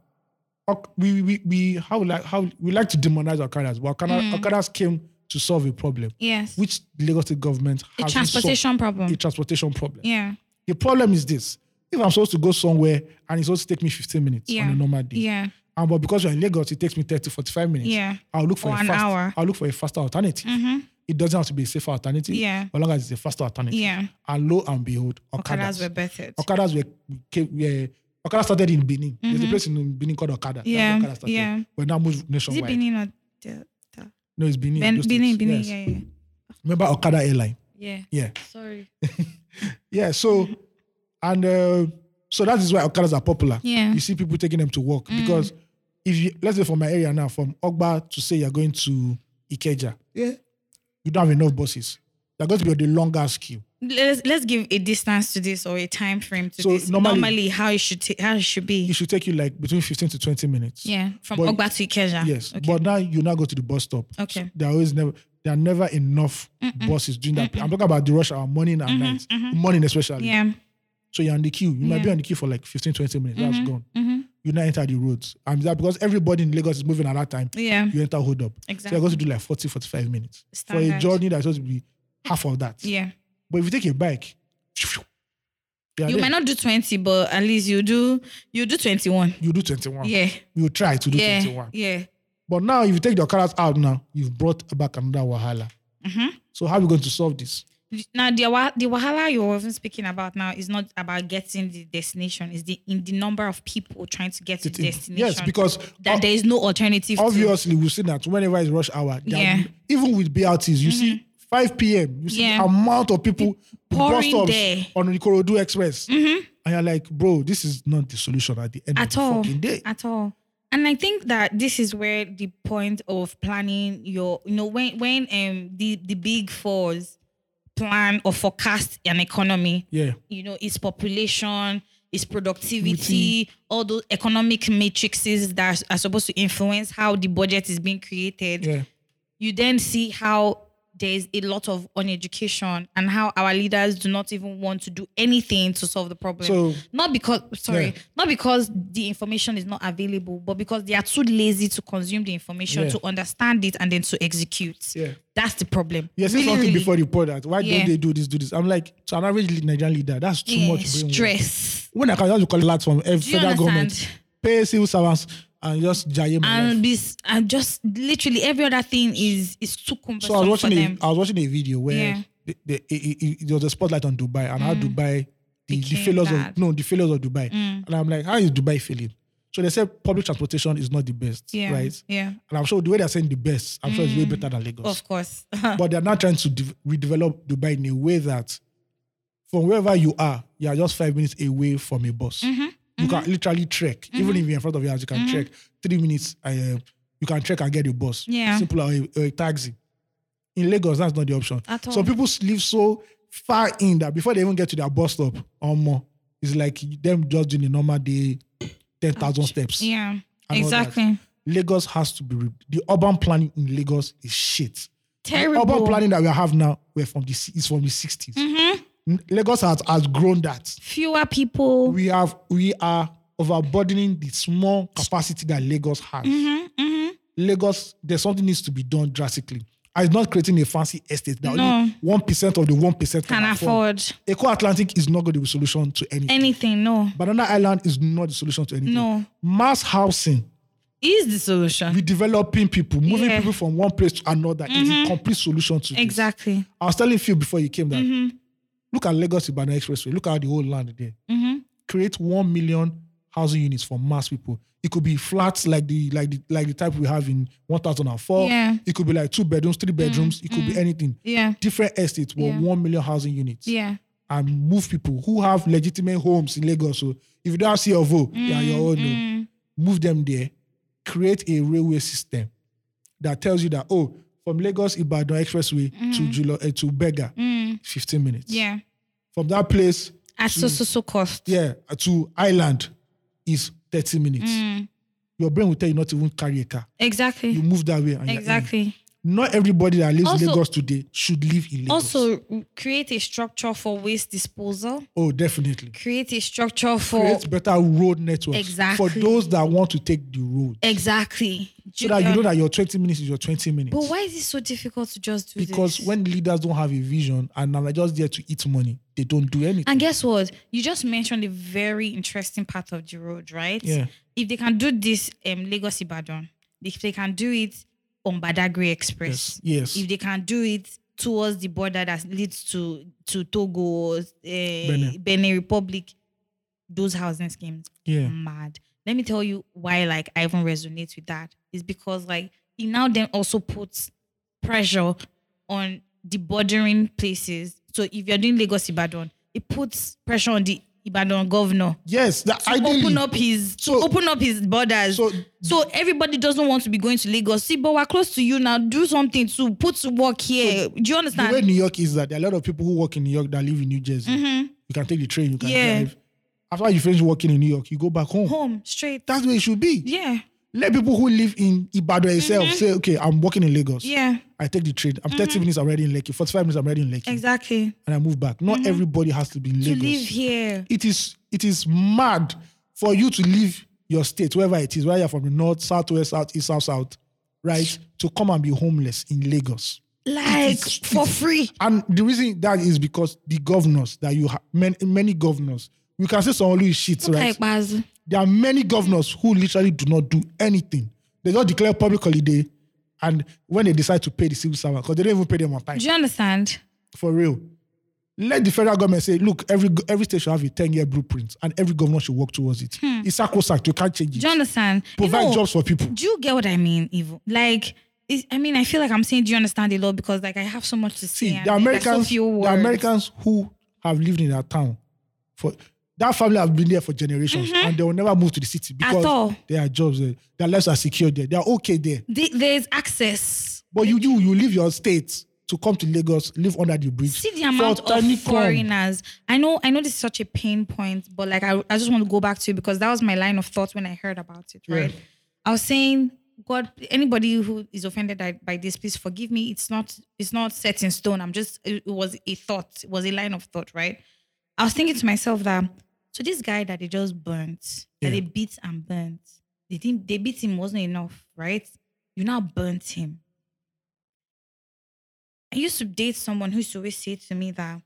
ok- we, we, we, how, we like, how we like to demonize Okadas, but Okada,
Mm.
Okadas came to solve a problem,
Yes.
which Lagos State government
a
has
transportation problem.
a transportation problem.
yeah.
The problem is this. If I'm supposed to go somewhere and it's supposed to take me 15 minutes
Yeah.
on a normal day,
Yeah.
and but because you're in Lagos, it takes me 30, 45 minutes.
Yeah.
I'll look for
Or
a
an
fast,
hour. Mm-hmm.
I'll look for a faster alternative. It doesn't have to be a safer alternative.
Yeah.
As long as it's a faster alternative.
Yeah.
And lo and behold, Okadas.
Okadas were bettered.
Okadas were, came, were Okada started in Benin. There's a place in Benin called Okada. That's where
Mm-hmm. Yeah,
Okada started.
yeah.
But now moved
Is it
nationwide.
Benin or Delta?
No, it's Benin.
Ben,
those things.
Benin, Benin,
Yes.
yeah, yeah.
Remember Okada Airline?
Yeah.
Yeah.
Sorry.
Yeah. So, and uh, so that is why Okadas are popular.
Yeah. Mm.
You see people taking them to work because if you, let's say from my area now, from Ogba to say you're going to Ikeja, yeah, you don't have enough buses. They're going to be on the longest queue.
Let's let's give a distance to this or a time frame to
So
this. Normally,
normally-
how it should ta- how it should
It
be.
should take you like between 15 to 20 minutes.
Yeah. From
But-
Ogba to Ikeja.
Yes.
Okay.
But now you now go to the bus stop.
Okay.
So there are always never there are never enough buses during that. I'm talking about the rush hour, morning and night. Morning especially.
Mm-hmm, yeah.
So you're on the queue. You might
Yeah. Mm-hmm.
be on the queue for like 15, 20 minutes. That's gone. You now enter the roads. And that because everybody in Lagos is moving at that time.
Yeah.
You enter hold up. So
Exactly.
you're going to do like 40, 45 minutes. For a
Standard.
journey that's supposed to be half of that.
Yeah.
But if you take a bike, you, are
You
there.
might not do twenty, but at least you do you do twenty one.
you do 21.
Yeah.
You try to do
Yeah.
21.
Yeah.
But now if you take the cars out now, you've brought back another Wahala.
Mm-hmm.
So how are we going to solve this?
Now the wa- the wahala you're even speaking about now is not about getting the destination. It's the in the number of people trying to get to the destination.
Yes, because
that
ob-
there is no alternative. to-
obviously we've seen that whenever it's rush hour, there are-
Yeah. Mm-hmm.
even with BRTs, you see 5 p.m., you see
Yeah.
the amount of people with bus
Pouring
stops
there. Mm-hmm.
on the Korodu Express. And you're like, bro, this is not the solution at the end
at
of the
all
fucking day.
at all and i think that this is where the point of planning your you know when when um the the big fours plan or forecast an economy
yeah.
you know its population its
Productivity.
productivity all those economic matrices that are supposed to influence how the budget is being created
Yeah.
you then see how there's a lot of uneducation and how our leaders do not even want to do anything to solve the problem.
So-
not because sorry,
Yeah.
not because the information is not available, but because they are too lazy to consume the information,
Yeah.
to understand it, and then to execute.
Yeah.
That's the problem.
You see
Really,
something
really.
before the product. Why
Yeah.
don't they do this, do this? I'm like, to an average lead- Nigerian leader, that's too
Yeah,
much brain work.
stress.
When I can just call that from every
Do you
federal government,
understand?
pay civil servants and just jaye my life.
And be and just literally every other thing is is
So
too cumbersome
I was
for
watching a, uh,
them.
I was watching a video where
Yeah. Mm.
the, the, it, it, it, there was a spotlight on Dubai and how Dubai the, the
Became
failures
bad. Mm.
of no the failures of Dubai and I'm like how is Dubai failing? So they said public transportation is not the best,
yeah.
right?
Yeah.
And I'm sure the way they're saying the best, I'm sure it's way better than Lagos.
Of course.
But they're not trying to de- redevelop Dubai in a way that from wherever you are, you are just five minutes away from a bus.
Mm-hmm.
You can literally trek, even if you're in front of your house, you can trek three minutes. Uh, you can trek and get a bus.
Yeah.
Simple or a, or a taxi. In Lagos, that's not the option.
At all.
Some people s- live so far in that before they even get to their bus stop or more, it's like them just doing a normal day, 10,000 steps.
yeah.
all that.
Exactly.
Lagos has to be, re- the urban planning in Lagos is shit.
Terrible.
Urban planning that we have now, we're from the si- is from the 60s.
Mm-hmm.
N- Lagos has, has grown that.
fewer people.
We have we are overburdening the
Mm-hmm,
small capacity that Lagos has. Lagos, there's something needs to be done drastically. And it's not creating a fancy estate that only one percent of the one percent can,
Can afford
Eco Atlantic is not going to be a solution to anything.
anything. No,
Banana Island is not the solution to anything.
No.
Mass housing,
is the solution
redeveloping people, moving
Yeah. Mm-hmm.
people from one place to another is a complete solution to this.
exactly.
I was telling you before you came that
Mm-hmm.
look at Lagos to Banana Expressway, look at the whole land there.
Mm-hmm.
Create one million housing units for mass people. It could be flats like the like the like the type we have in 1004.
Yeah.
It could be like two bedrooms, three bedrooms, it could be anything.
Yeah,
Different estates with
Yeah.
one million housing units.
yeah.
And move people who have legitimate homes in Lagos. So if you don't have CFO, you are
Mm,
your own. no. Move them there. Create a railway system that tells you that, oh, from Lagos Ibadan Expressway to Julo, uh, to Bega, 15 minutes.
Mm. Yeah.
From that place,
At so so so cost.
yeah, to Island is 30 minutes.
Mm.
Your brain will tell you not to even carry a car. You
Exactly.
move that way. And you're in.
Exactly.
Not everybody that lives
Also-
in Lagos today should live in Lagos.
Also create a structure for waste disposal.
oh, definitely.
Create a structure for
create better road networks
Exactly.
for those that want to take the road
exactly.
so that you know that your 20 minutes is your 20 minutes
But why is it so difficult to just do
because
this?
when leaders don't have a vision and are just there to eat money they don't do anything
And guess what? You just mentioned a very interesting part of the road, right?
Yeah.
If they can do this, um, Lagos Ibadan, if they can do it on Badagry Express,
Yes, yes.
if they can do it towards the border that leads to to Togo, uh, Benin. Republic, those housing schemes,
Yeah.
mad. Let me tell you why, like I even resonate with that. Is because like it now then also puts pressure on the bordering places. So if you're doing Lagos Ibadan, it puts pressure on the Ibadan governor
yes that
to
ideally
open up his to
So-
open up his borders.
so-
So, everybody doesn't want to be going to Lagos. See, but we're close to you now. Do something to put to work here. Do you
the way
understand?
New York is that there are a lot of people who work in New York that live in New Jersey you can take the train you can
Mm-hmm. Yeah.
drive after you finish working in New York you go back home
Home straight.
that's where it should be
yeah,
let people who live in Ibadan itself say okay I'm working in Lagos
Mm-hmm. yeah, Mm-hmm.
I take the train I'm 30 minutes already in Lekki 45 minutes I'm already in Lekki
exactly.
and I move back not everybody has to be in
Mm-hmm. To
Lagos
live here,
it is it is mad for you to leave your state wherever it is whether you're from the north southwest south east south south right to come and be homeless in lagos
like for free.
and the reason that is because the governors that you have many, many governors we can say some is shit right
Like Baz.
there are many governors who literally do not do anything they just declare public holiday and when they decide to pay the civil servant because they don't even pay them on time
Do you understand?
for real. Let the federal government say, look, every every state should have a 10 year blueprint and every governor should work towards it. It's sacrosanct. You can't change it.
Do Hmm. you understand?
Provide
Even-
jobs for people.
Do you get what I mean, Evil? Like, it's, I mean, I feel like I'm saying, do you understand the law? Because like I have so much to say.
See,
and
the
there's, like, so
Americans,
few
the
words.
Americans who have lived in that town for that family have been there for generations and they will never move to the city because
Mm-hmm. all.
there are jobs there. Their lives are secure there. They are okay there.
The- there's access.
But you you you leave your state to come to Lagos, live under the bridge.
see the
for
amount
tiny
of
crumb.
foreigners. I know, I know this is such a pain point, but like I, I just want to go back to it because that was my line of thought when I heard about it. Right, I was saying, God, anybody who is offended by, by this, please forgive me. It's not, it's not set in stone. I'm just, it, it was a thought, it was a line of thought, right? I was thinking to myself that so this guy that they just burnt, that they beat and burnt, they didn't, they beat him wasn't enough, right? You now burnt him. I used to date someone who used to always say to me that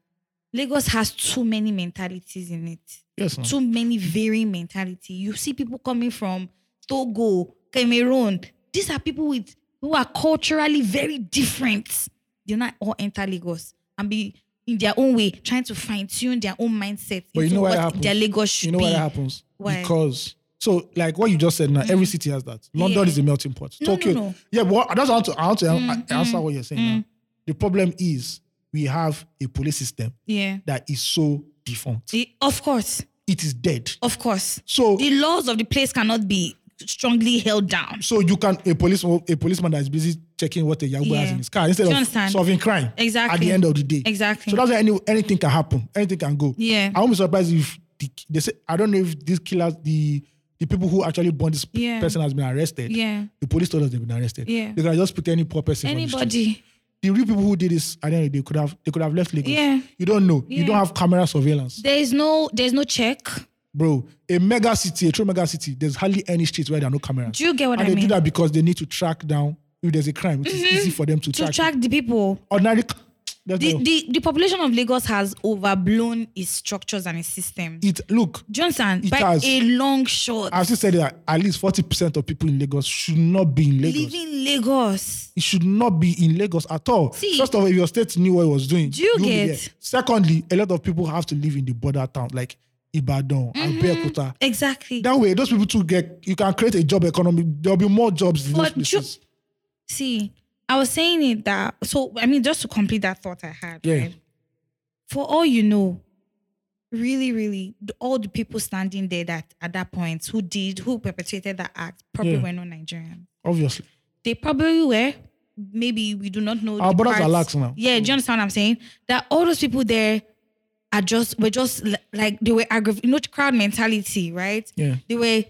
Lagos has too many mentalities in it,
Yes, ma'am.
too many varying mentality. You see people coming from Togo, Cameroon. These are people with who are culturally very different. They're not all enter Lagos and be in their own way, trying to fine tune their own mindset
But you
into
know why
what
that happens?
their Lagos should
you know
be.
why that happens?
Why? Mm.
Because so like what you just said now, every city has that. London
Yeah.
is a melting pot.
No, no,
Tokyo,
no. Mm,
yeah. But I just want to, I want to answer what you're saying. Now. The problem is we have a police system
Yeah.
that is so defunct.
The- of course.
It is dead.
Of course.
So
The laws of the place cannot be strongly held down.
so you can a police a policeman that is busy checking what a young boy has
Yeah.
in his car instead
Do
of
you understand?
solving crime. At
Exactly.
the end of the day.
Exactly.
So that's why any, anything can happen. Anything can go.
Yeah.
I won't be surprised if the, they say I don't know if these killers the the people who actually burned this p-
Yeah.
person has been arrested.
Yeah.
The police told us they've been arrested.
Yeah.
They could have just picked any poor person. from the street.
Anybody.
The, real people who did this at the end of the day could have they could have left Lagos.
Yeah.
You don't know. You
Yeah.
don't have camera surveillance.
There is no there's no check.
Bro, a mega city, a true mega city, there's hardly any streets where there are no cameras.
Do you get what
and
I
they
mean? Mm-hmm.
do that because they need to track down if there's a crime, it's easy for them to,
to
track.
track the people.
Ordinary. That's
The,
all.
the the population of Lagos has overblown its structures and its systems.
it look.
Johnson,
it
by
has.
a long shot,
I've still said that at least forty percent of people in Lagos should not be in Lagos.
leaving Lagos.
It should not be in Lagos at all.
See-
First of all, if your state knew what it was doing,
Do you
would be
get-
there. Secondly, a lot of people have to live in the border town like Ibadan
Mm-hmm.
and Abeokuta.
Exactly.
That way, those people too get. You can create a job economy. There'll be more jobs in
For
those places.
See, I was saying it that so I mean just to complete that thought I had.
Yeah.
right? For all you know, really, really, the- all the people standing there that at that point who did who perpetrated that act probably
Yeah.
were not Nigerian.
Obviously,
They probably were. Maybe we do not know.
Our
the
borders are
parts-
lax now.
Yeah, do you understand what I'm saying? That all those people there are just were just li- like they were aggravated. You know, crowd mentality, right?
Yeah.
They were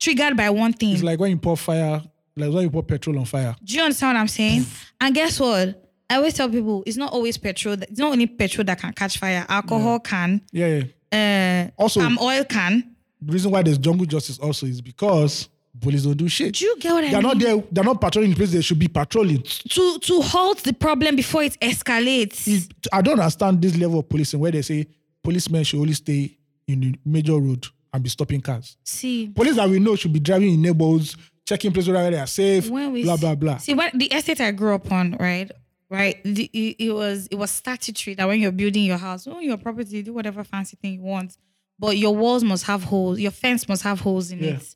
triggered by one thing.
it's like when you pour fire, like when you pour petrol on fire.
Do you understand what I'm saying? and guess what? I always tell people it's not always petrol. That, it's not only petrol that can catch fire. Alcohol
Yeah, yeah.
can. Uh,
Also-
palm oil can.
The reason why there's jungle justice also is because police don't do shit.
Do you get what I
they're
mean?
not there. They're not patrolling the place they should be patrolling.
to to halt the problem before it escalates.
It- I don't understand this level of policing where they say policemen should only stay in the major road and be stopping cars.
see
Police that we know should be driving in neighborhoods, checking places where they are safe.
when we
blah
see-
blah blah.
See what the estate I grew up on, right? Right, the, it, it was it was statutory that when you're building your house, own your property, do whatever fancy thing you want, but your walls must have holes, your fence must have holes in
Yeah.
it.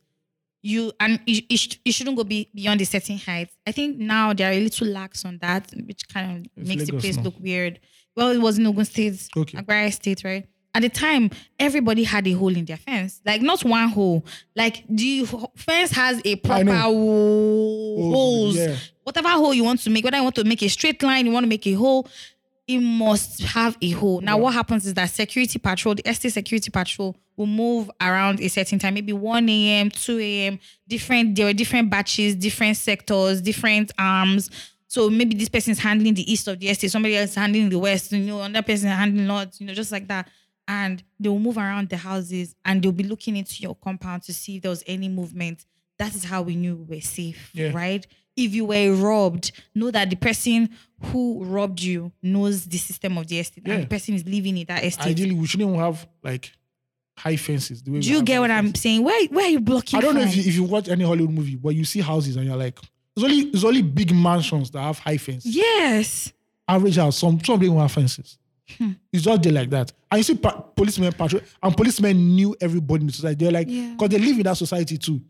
you and it, it, sh- it shouldn't go be beyond a certain height. I think now they are a little lax on that, which kind of
It's
makes the
Lagos
place
now.
look weird. Well, it was in Ogun State,
Okay.
Aguirre State, right? At the time, everybody had a hole in their fence, like not one hole. Like the ho- fence has a proper
know.
ho- holes,
yeah.
whatever hole you want to make. Whether you want to make a straight line, you want to make a hole, it must have a hole. Now, what happens is that security patrol, the estate security patrol, will move around a certain time, maybe 1 a.m., 2 a.m. Different, there were different batches, different sectors, different arms. So maybe this person is handling the east of the estate, somebody else is handling the west, you know, another person is handling north, you know, just like that. And they will move around the houses and they'll be looking into your compound to see if there was any movement. That is how we knew we were safe,
Yeah.
right? If you were robbed, know that the person who robbed you knows the system of the estate and
Yeah.
the person is living in that estate.
Ideally, we shouldn't even have like high fences. The way we
Do you
have
get
high
what I'm
fences.
saying? Where where are you blocking?
I don't know
from?
if you, if you watch any Hollywood movie, but you see houses and you're like, it's only it's only big mansions that have high fences.
Yes.
average house, some some people have fences.
Hmm.
It's just there like that. And you see pa- policemen patrol, and policemen knew everybody in the society. They're like,
Yeah.
because they live in that society too.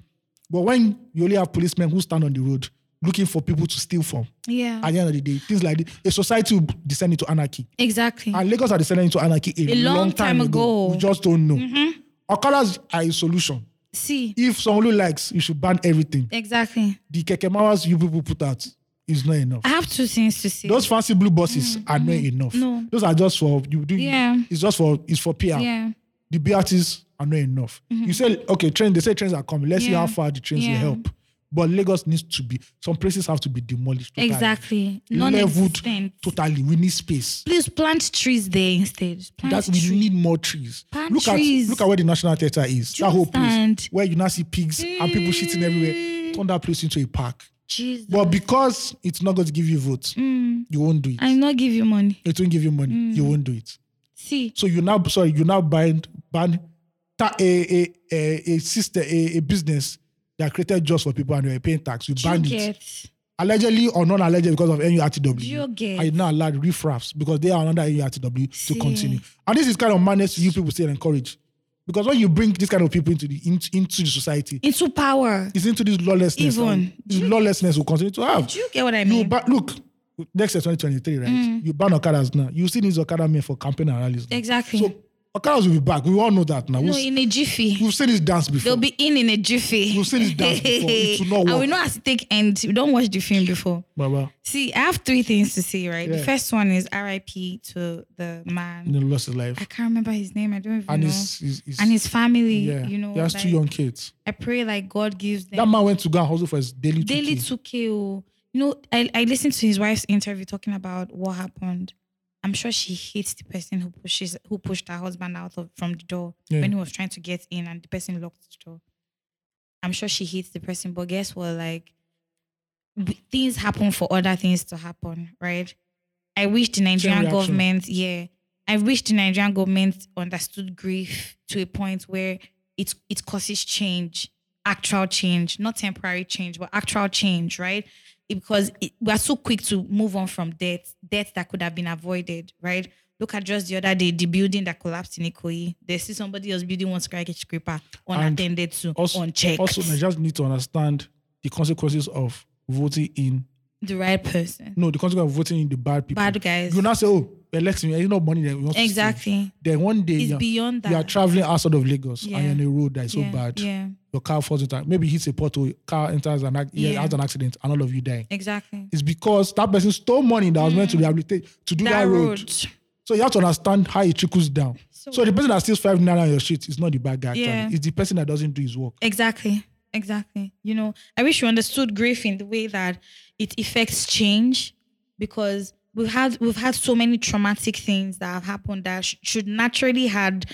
But when you only have policemen who stand on the road looking for people to steal from,
Yeah.
at the end of the day, things like this, a society will descend into anarchy.
exactly.
And Lagos are descending into anarchy a,
A long time ago. Mm-hmm.
We just don't know. Ocalas are a solution.
See.
If someone likes, you should ban everything.
Exactly.
The kekemawas you people put out is not enough
I have two things to say.
those fancy blue buses are not enough.
no.
Those are just for you do
Yeah.
it's just for it's for PR.
yeah. Mm-hmm.
The BRTs are not enough. You say okay, train they say trains are coming. Let's see
Yeah.
how far the trains will
Yeah.
help. But Lagos needs to be some places have to be demolished. Totally.
Exactly.
Leveled
Non-existent.
totally. We need space.
Please plant trees there instead. Plant
That's
trees.
we need more trees.
Plant
look
trees.
at look at where the National Theatre is.
Do you
that whole
understand?
place where you now see pigs and people shitting
Mm.
everywhere. Turn that place into a park.
Jesus. Hmm,
But because it's not going to give you votes, you won't do it.
I Mm. not give you money.
It won't give you money. You won't do it.
See.
So you now, sorry, you now bind ban ta- a, a, a, a sister, a, a business that created just for people and they were paying tax. You
Do you
banned it.
get?
Allegedly or non allegedly because of NURTW.
You get-
And you now allowed riffraffs because they are under NURTW
See.
to continue. And this is kind of madness you people still encourage. Because when you bring this kind of people into the in- into the society,
Into power.
it's into this lawlessness.
E Even.
and This lawlessness will continue to have.
Do you get what I
You
mean?
ba- look, next year 2023, right?
Mm.
You ban Okadas now. You see these Okada men for campaign and rallies. now.
Exactly.
So Okadas will be back. We all know that now.
no,
we've,
in a jiffy.
we've seen this dance before.
They'll be in in a jiffy.
We've seen this dance before. It will not
And
work.
we know as it take end. We don't watch the film before.
Baba,
See, I have three things to say, right? The
Yeah.
first one is RIP to the man.
you know, lost his life.
I can't remember his name. I don't even
And
know.
his, his, his,
and his family,
yeah,
you know.
he has two
like,
young kids.
I pray like God gives them
That man went to go and hustle for his daily 2K.
daily 2K. oh. You know, I, I listened to his wife's interview talking about what happened. I'm sure she hates the person who pushes who pushed her husband out of from the door
Yeah.
when he was trying to get in and the person locked the door. I'm sure she hates the person, but guess what? Like w- things happen for other things to happen, right? I wish the Nigerian
reaction.
government, yeah, I wish the Nigerian government understood grief to a point where it it causes change, actual change, not temporary change, but actual change, right? It- because it, we are so quick to move on from death, death that could have been avoided, right? Look at just the other day, the building that collapsed in Ikoyi. They see somebody else building one skyscraper unattended to,
Also,
unchecked.
also Nigerians need to understand the consequences of voting in
the right person.
no, the consequence of voting in the bad people.
Bad guys.
You now say, oh, elect me. It's not money that we want to
Exactly.
spend. Then one day
It's
you're,
beyond that.
you're traveling outside of Lagos
Yeah.
and you're on a road that is
yeah,
so bad.
Yeah,
Your car falls into maybe hits a pothole, car enters an ac- yeah.
Yeah.
has an accident, and all of you die.
exactly.
It's because that person stole money that was meant to
Mm.
rehabilitate to do that, road. So you have to understand how it trickles down. So,
So-
the person that steals five naira on your street is not the bad guy. actually.
Yeah.
It's the person that doesn't do his work.
Exactly. Exactly. You know, I wish you understood grief in the way that it affects change because we've had we've had so many traumatic things that have happened that sh- should naturally had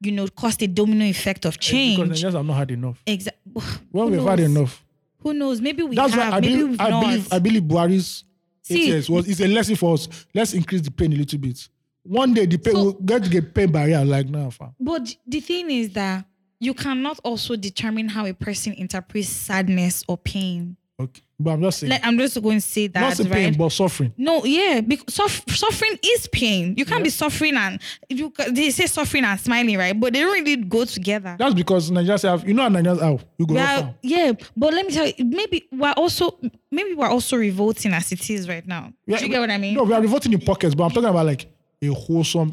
you know caused a domino effect of
Because
change.
Nigerians have not had enough.
Exactly.
Well, we've had enough.
Who knows? Maybe we
That's
have.
why I
maybe
believe,
we've
I
not.
believe I believe Buhari's eight
See-
years was it's a lesson for us. Let's increase the pain a little bit. One day the pain
So-
will get to get pain barrier like now. fam.
But the thing is that you cannot also determine how a person interprets sadness or pain.
Okay. But I'm just saying
Like I'm just going to say that,
not saying
right?
pain, but suffering.
No, yeah, because suffering is pain. You can't be suffering and you ca- they say suffering and smiling, right? But they don't really go together.
That's because Nigerians have you know how Nigerians have we go
We
yeah.
are- yeah, but let me tell you, maybe we're also maybe we're also revolting as it is right now. Do you get what I mean?
No, we are revolting in pockets, but I'm talking about like a wholesome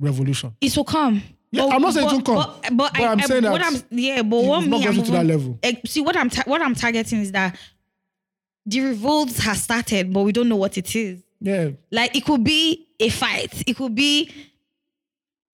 revolution.
It will come.
Yeah, I'm not saying it
but,
will come,
But, but,
but
I,
I'm
I-
saying that
what I'm yeah, but what
it's not
me
gotten
I'm
to that
even-
level.
eh, See what I'm ta- what I'm targeting is that the revolt has started, but we don't know what it is.
Yeah.
Like it could be a fight. It could be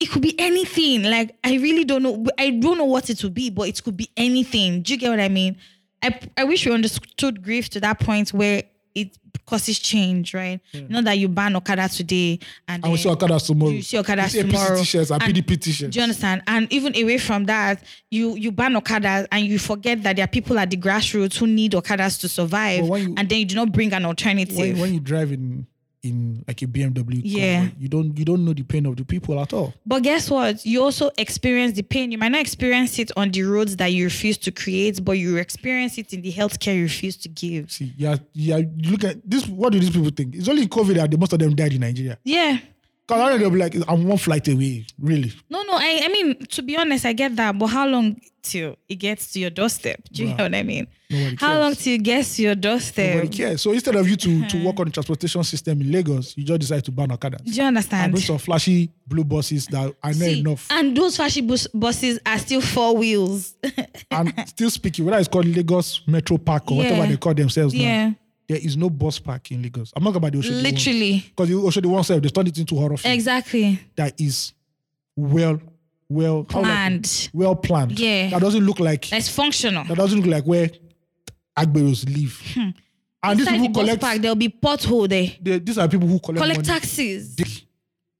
it could be anything. Like I really don't know. I don't know what it would be, but it could be anything. Do you get what I mean? I I wish we understood grief to that point where it causes change, right? Not that you ban Okada today and,
And we
then
Hmm. see Okada tomorrow.
you see Okada
It's APC
tomorrow.
t-shirts and
And-
PDP t-shirts.
do you understand? And even away from that, you you ban Okadas and you forget that there are people at the grassroots who need Okadas to survive,
But when you-
and then you do not bring an alternative.
when, when you drive in in like a BMW,
Yeah.
convoy, you don't you don't know the pain of the people at all.
But guess what? You also experience the pain. You might not experience it on the roads that you refuse to create, but you experience it in the healthcare you refuse to give.
See, yeah, yeah. You look at this. What do these people think? It's only in COVID that the, most of them died in Nigeria.
Yeah.
Because already they'll be like, I'm one flight away. Really?
No, no. I, I mean, to be honest, I get that. But how long till it gets to your doorstep? Do you know what I mean?
Nobody
How
cares.
long till it gets to your doorstep?
Nobody
Do
cares. So instead of you to
Uh-huh.
to work on the transportation system in Lagos, you just decide to ban Okadas.
you
And
understand?
bring some flashy blue buses that are not
See,
enough.
And those fashion bus- buses are still four wheels.
And still speaking, whether it's called Lagos Metro Park or whatever
Yeah.
they call themselves now,
yeah.
there is no bus park in Lagos. I'm not talking about the Oshodi
Literally.
Because the Oshodi one self, they turned it into horror film
Exactly.
that is well, well how would I put it?
Planned.
Well planned.
Yeah.
That doesn't look like
It's functional.
that doesn't look like where Agberos live. And these
Inside Hmm.
people
the bus
collect.
park, there'll be pothole there.
they- these are people who collect, money
Collect taxes.
daily.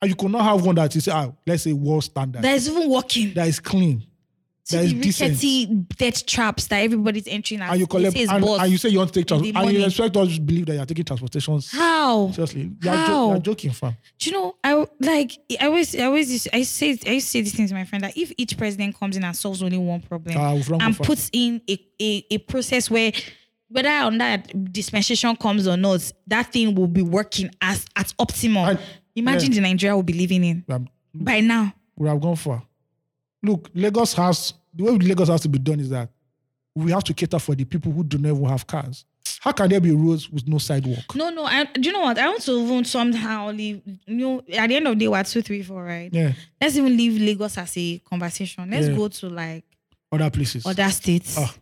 And you could not have one that is, ah, let's say, world standard.
That is even walking.
that is clean.
to
that is
the
decent.
rickety death traps that everybody's entering as
And you collect,
it is
and,
boss.
and you say you want to take
the
transport, and you
money.
expect us to believe that you are taking transportation
How?
seriously. You are, jo-
How?
you are joking, fam.
Do you know? I like. I always, I always, used, I say, I used to say these things to my friend that if each president comes in and solves only one problem
Ah, we've long gone
and
far.
puts in a, a a process where whether on that dispensation comes or not, that thing will be working as at optimum.
And- Mm.
Imagine the Nigeria will be living in
We have-
by now.
we have gone far. Look, Lagos has, the way Lagos has to be done is that we have to cater for the people who do not even have cars. How can there be roads with no sidewalk?
No, no. I, do you know what? I want to even somehow leave. You know, at the end of the day, we're two, three, four, right?
Yeah,
Let's even leave Lagos as a conversation. Let's
Yeah.
go to like
other places.
other states.
Ah.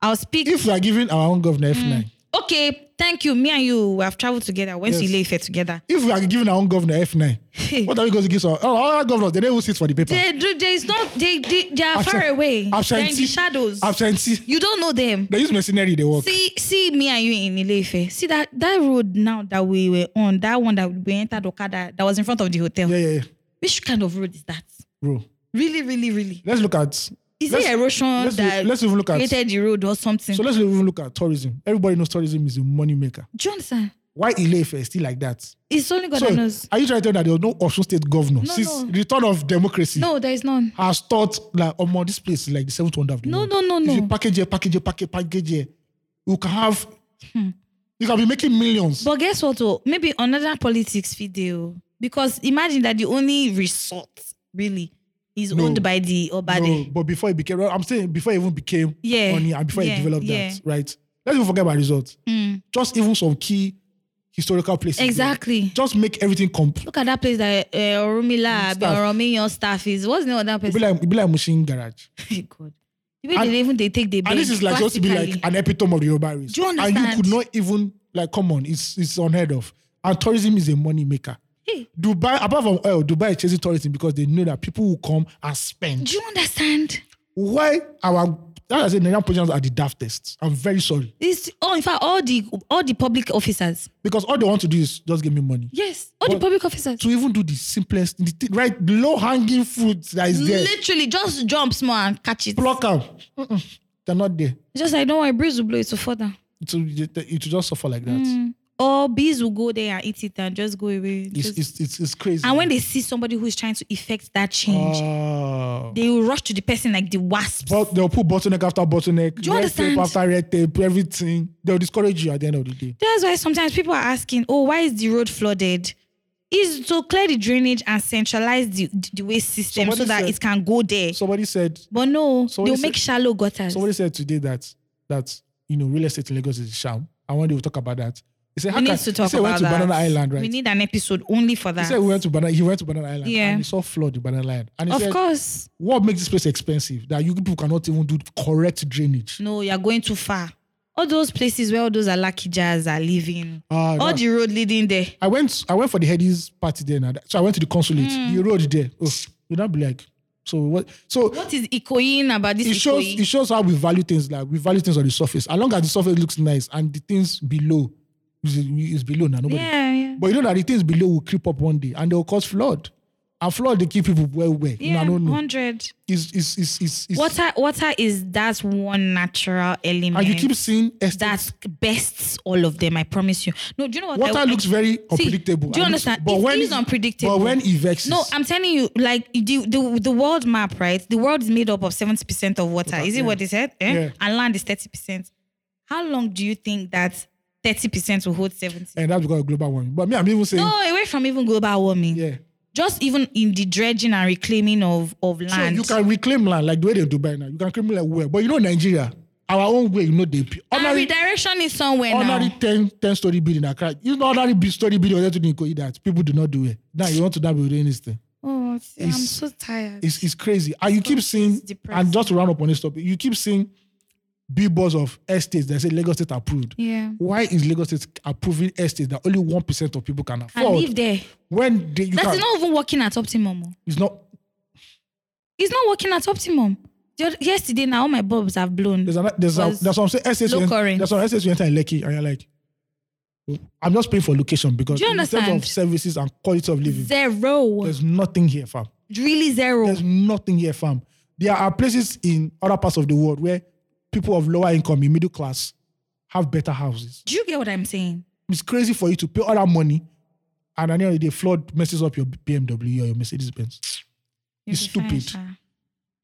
I'll speak.
if we are giving our own governor F9,
Hmm. okay, thank you. Me and you we have traveled together. Went to
Yes. Ah.
Ile Ife together.
if we are giving our own governor F9, what are we going to give some? Oh, all our governors, they don't even sit for the paper.
They, do- there is not. They they, they are far
Absent-
away. They're in
absentee-
the shadows.
Absentee.
You don't know them.
They use mercenary, they work.
See, see me and you in Ile Ife. See that that road now that we were on, that one that we entered Okada, that was in front of the hotel.
Yeah, yeah, yeah.
Which kind of road is that?
Bro,
Really, really, really.
let's look at
Is
Let's-
it erosion
let's
that
even- let's even look at-
created the road or something?
So let's even look at tourism. Everybody knows tourism is a money maker.
Johnson,
Why Ilefe is still like that?
it's only God
So
that knows.
are you trying to tell me that there was no Osun State governor
No,
since
no.
return of democracy?
No, there is none.
Has thought like, oh, man, this place is like the seventh wonder of the
No,
world.
no, no,
If you
no.
package here, package here, package, package here, you can have,
Hmm.
you can be making millions.
But guess what? Oh, maybe another politics video. Because imagine that the only resort really is
No.
owned by the
No,
Obade.
but before it became, I'm saying before it even became
Yeah,
money and before it
yeah,
developed
yeah.
that, right? Let's even forget about results.
Mm.
Just even some key historical places. there.
Exactly.
Just make everything complete.
Look at that place that uh, Orumila
Staff.
Oromiyan staff is. What's the name of that
It'd be
person?
like, it'd be like Mushin Garage.
God. The way
And-
they even they take the
And this is like supposed to be like an epitome of the Yoruba race.
Do you
And you
understand?
could not even like come on, it's it's unheard of. And tourism is a money maker.
Hey.
Dubai, apart from oil, Dubai is chasing tourism because they know that people will come and spend.
Do you understand?
Why our that I say Nigerian politicians are the daftest. I'm very sorry.
It's oh, in fact, all the all the public officers.
Because all they want to do is just give me money.
Yes, all
But-
the public officers.
To even do the simplest, the thi- right low hanging fruit that is there,
Literally, just jump small and catch it.
pluck them. They're not there.
Just like don't worry, breeze will blow it to further.
It will, it will just suffer like that.
Mm, Or bees will go there and eat it and just go away.
It's,
Just-
it's, it's, it's crazy.
and when they see somebody who is trying to effect that change,
Oh.
they will rush to the person like the wasps.
But they'll put bottleneck after bottleneck,
Do you
red tape
understand?
after red tape, everything. They'll discourage you at the end of the day.
That's why sometimes people are asking, oh, why is the road flooded? Is to clear the drainage and centralize the, the waste system
Somebody
so that
said-
it can go there.
Somebody said
but no,
somebody
they'll make
said-
shallow gutters.
somebody said today that that you know real estate in Lagos is a sham. And one day we'll talk about that. He said,
we
how
need
can,
to talk
he said
about
we went
that.
to Banana Island, right?
We need an episode only for
he
that.
said we went to Banana he went to Banana Island
Yeah.
and he saw flood in Banana Island. And he
of
said,
course.
What makes this place expensive? That you people cannot even do correct drainage.
No, you're going too far. All those places where all those Alaki jars are living.
Ah,
all
that-
the road leading there.
I went I went for the headies party there now. So I went to the consulate.
Hmm.
The road there. Oh, you'd not be like, so what so
What is Ikoyin about this
it shows
Ikoyi?
it shows how we value things like we value things on the surface. As long as the surface looks nice and the things below is, is below now, nobody.
yeah, yeah.
But you know that the things below will creep up one day and they will cause flood. And flood they keep people well where.
Yeah,
no, no, no.
100.
It's it's it's it's, it's
Water, water is that one natural element.
and you keep seeing estates.
Eh, that bests all of them. I promise you. No, do you know what?
water
I,
looks very
See,
unpredictable.
do you
And
understand?
But
It
when
is unpredictable.
But when it vexes,
No, I'm telling you, like the, the the world map, right? The world is made up of seventy percent of water. Is it what they said? Eh?
Yeah.
And land is thirty percent. How long do you think that thirty percent will hold seventy?
and that's because of global warming. But me, I'm even saying,
No, away from even global warming.
yeah.
Just even in the dredging and reclaiming of of
So
land.
you can reclaim land like the way they do by now. You can reclaim land where, but you know Nigeria, our own way, you know they.
and
Ordinary-
redirection is somewhere
ordinary
now.
10, 10 story building Accra. You know, ordinary big story building was to Nkoyi that people do not do it. Now you want to not be doing this thing.
Oh, see, I'm
It's-
so tired.
It's, it's crazy. And you keep seeing, and
depressing.
just to round up on this topic, you keep seeing billboards of estates that say Lagos State approved.
Yeah.
Why is Lagos State approving estates that only 1% of people can
I live
afford?
there.
When they, you
That
can,
is not even working at optimum. oh.
it's not,
It's not working at optimum. The oth- Yesterday, now all my bulbs have blown.
there's, an, there's, a,
Was
there's some say estates you
low
en-
current.
there's some estates you enter in Lekki and you're like, I'm just paying for location because
Do you
in terms
understand?
of services and quality of living,
zero.
there's nothing here, fam.
Really zero.
There's nothing here, fam. There are places in other parts of the world where people of lower income, in middle class, have better houses.
Do you get what I'm saying?
It's crazy for you to pay all that money, and at the end of the day, flood messes up your BMW or your Mercedes Benz.
You'll
It's
be fine,
stupid.
Sha.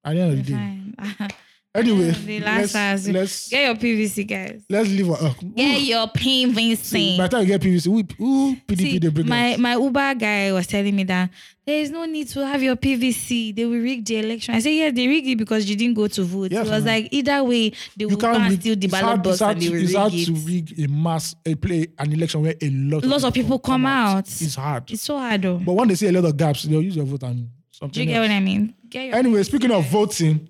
At the end of the
You'll be
day,
fine.
anyway,
the
let's
last house.
let's,
Get your PVC, guys.
let's leave. Uh,
Get your pain
see, by
Vincent.
the time you get PVC, we ooh, PDP
See,
they bring
my,
us.
my Uber guy was telling me that there is no need to have your PVC. They will rig the election. I said, yeah, they rig it because you didn't go to vote.
Yeah,
it was
fam.
like, either way, they
You
will go
can't
and
rig-
steal the
it's
ballot
hard-
box
it's hard
and they
to-
will
it's hard
rig
to
it.
rig a mass a play an election where a lot
Lots of people come out.
It's hard.
It's so hard though.
But when they see a lot of gaps, they'll use your vote and something.
Do you get
else.
what I mean? Get your
Anyway, speaking of voting,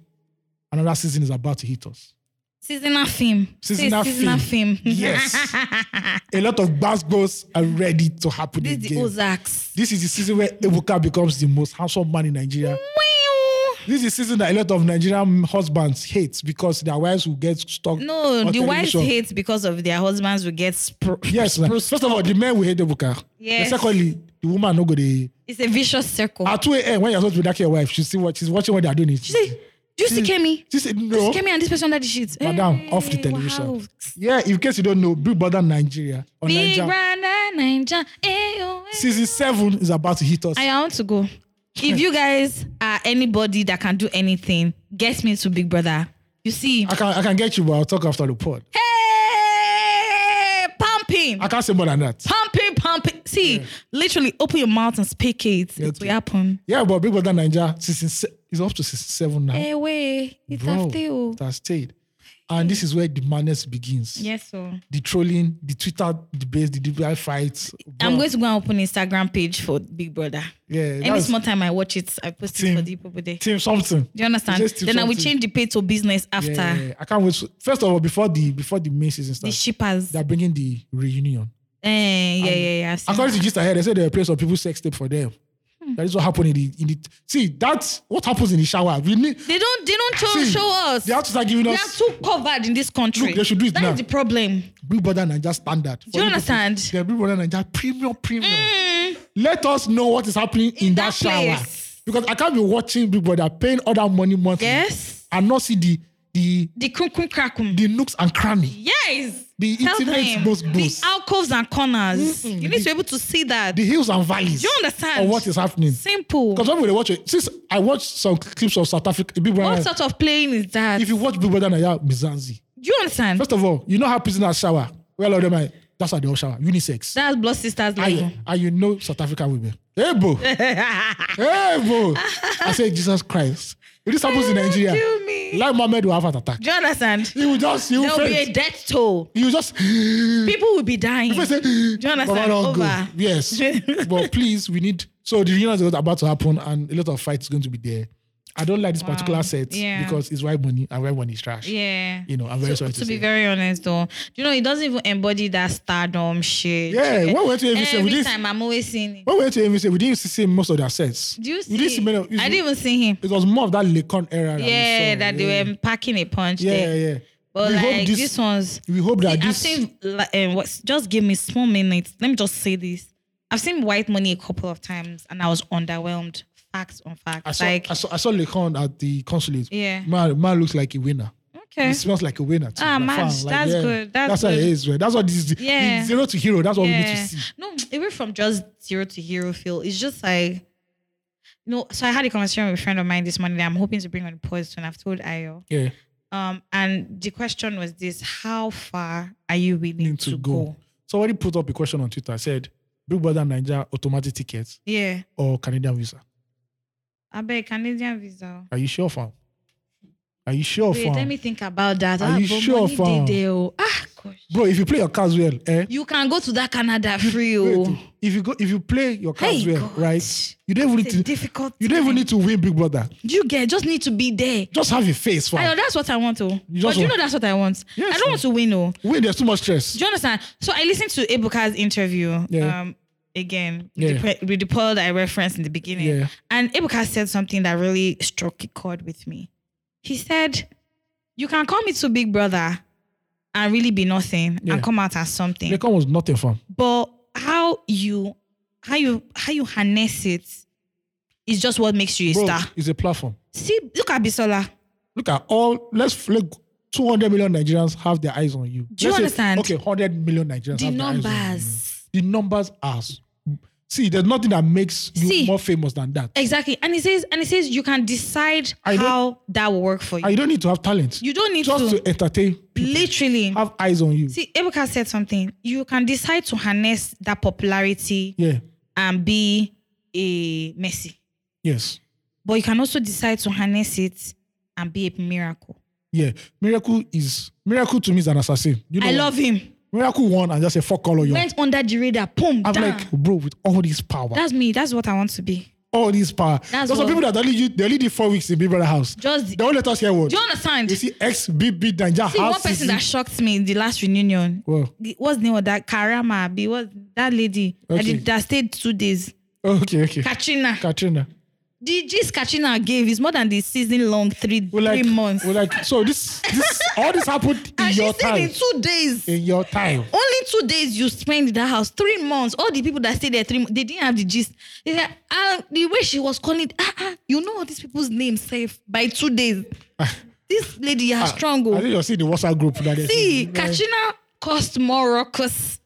another season is about to hit us.
seasonal film. Say
Seasonal
seasonal
film.
film.
Yes. A lot of buzz goes are ready to happen
this is the
again.
Ozarks.
this is the season where Ebuka becomes the most handsome man in Nigeria. This is the season that a lot of Nigerian husbands hate because their wives will get stuck.
No,
on
the wives
television.
hate because of their husbands will get spro-
Yes, man. First of all, the men will hate Ebuka.
Yes.
And secondly, the woman no go the
It's a vicious circle.
at 2 a.m. when you're supposed to be like your wife, she's see what she's watching what they're doing.
See, Do you see Kemi?
She said,
This
no.
is Kemi and this person under the sheets.
Madam,
Hey,
off the television.
wow.
Yeah, in case you don't know, Big Brother Nigeria on
Big
Nigeria.
brother, Ninja. Hey, oh, hey.
Season 7 is about to hit us.
I want to go. If you guys are anybody that can do anything, get me to Big Brother. You see,
I can, I can get you, but I'll talk after the pod.
hey, pumping,
I can't say more than that.
pumping, pumping. See, literally open your mouth and speak it. It
Okay.
will happen.
Yeah, but Big Brother Nigeria season se- is up to season 7 now.
Hey, wait, Eh, it's
Bro,
after you.
it has stayed. And this is where the madness begins.
Yes, oh. so
The trolling, the Twitter debates, the DBI fights.
I'm
Bro,
going to go and open Instagram page for Big Brother.
Yeah,
Any
that's-
small time I watch it, I post it
Team.
for the people there.
Team something.
Do you understand?
Just to
Then I will
something.
change the pay to business after
Yeah, yeah, yeah. I can't wait. to- First of all, before the before the main season
the
starts,
shippers.
they're bringing the reunion.
Eh, yeah, yeah, yeah. I've seen
According
that.
to just ahead, they said they were playing some people's sex tape for them.
Hmm.
That is what happened in the in the. See, that's what happens in the shower. We need.
they don't, they don't show,
see,
show us.
They have to start giving
We are
us
too covered in this country.
Look, they should do it
That is
now.
the problem.
Big Brother Niger standard. Do
you understand? Mm.
Yeah, Big Brother Niger premium, premium. Let us know what is happening in, that,
that
shower
place.
because I can't be watching Big Brother paying all that money monthly
Yes.
and not see the the
The kum kum krakum.
the nooks and cranny,
yes.
the
Tell
intimate
them.
goes
The
goes,
alcoves and corners. You need to be able to see that.
Mm-hmm. the hills and valleys.
Do you understand?
Of what is happening?
Simple.
Because when we watch it, since I watched some clips of South Africa, Big Brother.
What sort of playing is that?
if you watch Big Brother Naya Mizanzi,
Do you understand?
first of all, you know how prisoners shower. Well, all of them are, that's how they all shower, unisex.
That's blood sisters
and,
level.
you- and you know South African women. Hey, bro. hey, bro. I say, Jesus Christ. If this happens in Nigeria,
Kill me.
like Mohammed will have an attack.
Do you understand?
He will just, he will
There will be a
faint.
death toll.
He will just, people
People will be dying.
say, Do
understand? Over.
Yes. but please, we need, so the reunion is about to happen and a lot of fights going to be there. I don't like this particular set
Yeah.
because it's white money and white money is trash.
Yeah.
You know, I'm very
to,
sorry to,
to be
say.
very honest though, you know, it doesn't even embody that stardom shit. Eh,
Yeah, when we went to ABC, we
every
didn't-
time I'm always seeing it.
When we went to MVC, we didn't see most of their sets.
Do you see?
We didn't see many of,
I didn't even see him.
It was more of that Lecon era. that we
Yeah,
saw,
that they were packing a punch
Yeah,
there.
yeah.
But
we
like
hope
this,
this,
one's,
we hope that
I've
this.
seen. like, Um, what's, just give me small minutes. Let me just say this. I've seen White Money a couple of times, and I was underwhelmed. Facts on facts.
I saw,
like
I saw I saw Lecon at the consulate.
Yeah.
man, man looks like a winner.
okay,
He smells like a winner. Too.
Ah,
Like,
man,
fam, like,
that's
yeah.
good, that's
how
good.
it is. Man. That's what this.
Yeah.
Yeah. Zero to hero. That's what we Oh, need
Yeah.
to see.
No, away from just zero to hero feel. It's just like, you know, so I had a conversation with a friend of mine this morning that I'm hoping to bring on the pod soon. I've told Ayo.
Yeah.
Um, and the question was this how far are you willing
Need
to,
to
go?
go. Somebody put up a question on Twitter. Said, "Big Brother Niger automatic tickets
Yeah.
or Canadian visa?
I beg Canadian visa.
Are you sure, fam? Are you sure,
Wait,
fam?
let me think about that. Ah,
Are you
but
sure,
money dey
fam?
there, oh. Ah, gosh.
Bro, if you play your cards well, eh?
You can go to that Canada free. Oh.
Wait, if you go if you play your cards
Hey,
well,
God.
right? You don't even
It's a
need to
difficult.
you don't even
time.
need to win Big Brother.
You get just need to be there.
Just have a face for
Ayo, that's what I want to.
You
But
just
you know
want-
that's what I want.
Yes,
I don't want to win, oh.
Wait, there's too much
Do
stress.
you understand? So I listened to Ebuka's interview
Yeah.
um, again with,
Yeah.
the pre- with the poll that I referenced in the beginning.
Yeah.
And Ebuka said something that really struck a chord with me. He said, You can call me to Big Brother and really be nothing
Yeah.
and come out as something.
Lekon was nothing fam.
but how you how you how you harness it is just what makes you a
Bro,
star.
it's a platform.
See, look at Bisola.
Look at all let's flick 200 million Nigerians have their eyes on you.
Do you
Let's say,
understand?
okay, 100 million Nigerians
The
have their eyes on you. The
numbers.
numbers are s- see, there's nothing that makes you
See.
more famous than that.
Exactly. And he says, and he says you can decide
I don't-
how that will work for you.
And you don't need to have talent.
You don't need
just
to.
to, entertain people.
Literally.
Have eyes on you.
See, Ebuka said something. You can decide to harness that popularity
Yeah.
and be a Messi,
Yes.
but you can also decide to harness it and be a miracle.
Yeah, miracle is miracle to me is an assassin. You know,
I
why?
love him.
miracle won and just say fuck all of you.
Went under the radar. Boom.
I'm
down.
like, bro, with all this power,
That's me. That's what I want to be.
all this power.
That's
There's some
what-
people that only you, they only did four weeks in Big Brother house.
Just the-
they don't let us hear what.
Do you understand?
You
See,
see, ex big big danger.
one person that shocked me in the last reunion.
Well,
the- What's the name of that? Karama. Be what that lady? I
Okay.
did, that stayed two days.
okay, okay.
Katrina.
Katrina.
The gist Katrina gave is more than the season long three
We're like,
three months.
We're like, so this, this, all this happened in
and she
your
said
time.
in two days.
In your time.
only two days you spend in that house three months all the people that stayed there three months they didn't have the gist they said ah the way she was calling it, ah ah you know all these people's names safe by two days this lady has strong
Ah. I
oh.
think you're seeing the WhatsApp group. That they-
see
Yeah.
katrina cost more ruckus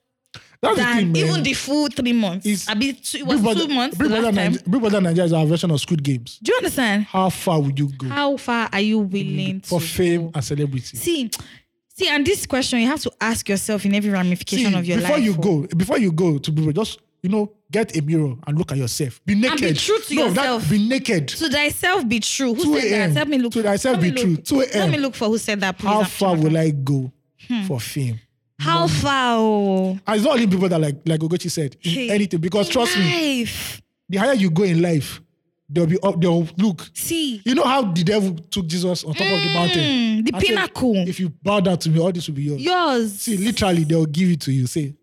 That's the
than
thing, man.
even the full three months
It's-
i mean two, it
Big
was
Brother-
two months
Big
the
Brother
last time
Niger- Big Brother Nigeria is our version of Squid Games.
do you understand
How far would you go
how far are you willing
for
to
fame
go?
and celebrity?
see see and this question you have to ask yourself in every ramification
See,
of your
before
life
you
oh.
go, before you go to Big Brother, just you know, get a mirror and look at yourself. Be naked.
be true to
no, that-
yourself.
be naked.
To thyself be true. Who
2
said that?
a.m.
Help me look.
To thyself
Let me
be
look-
true. 2
Let me
a.m.
look for who said that. Please.
How
I'm
far
sure.
will I go
Hmm.
for fame?
How far? Oh,
And it's not only people that like like Ogochi said in
Hey.
anything because trust me,
Life.
the higher you go in life, there'll be up there'll look.
See,
You know how the devil took Jesus on top of the mountain,
Hmm,
And
the
said,
pinnacle.
If you bow down to me, all this will be yours.
yours.
See, literally, they'll give it to you. Say,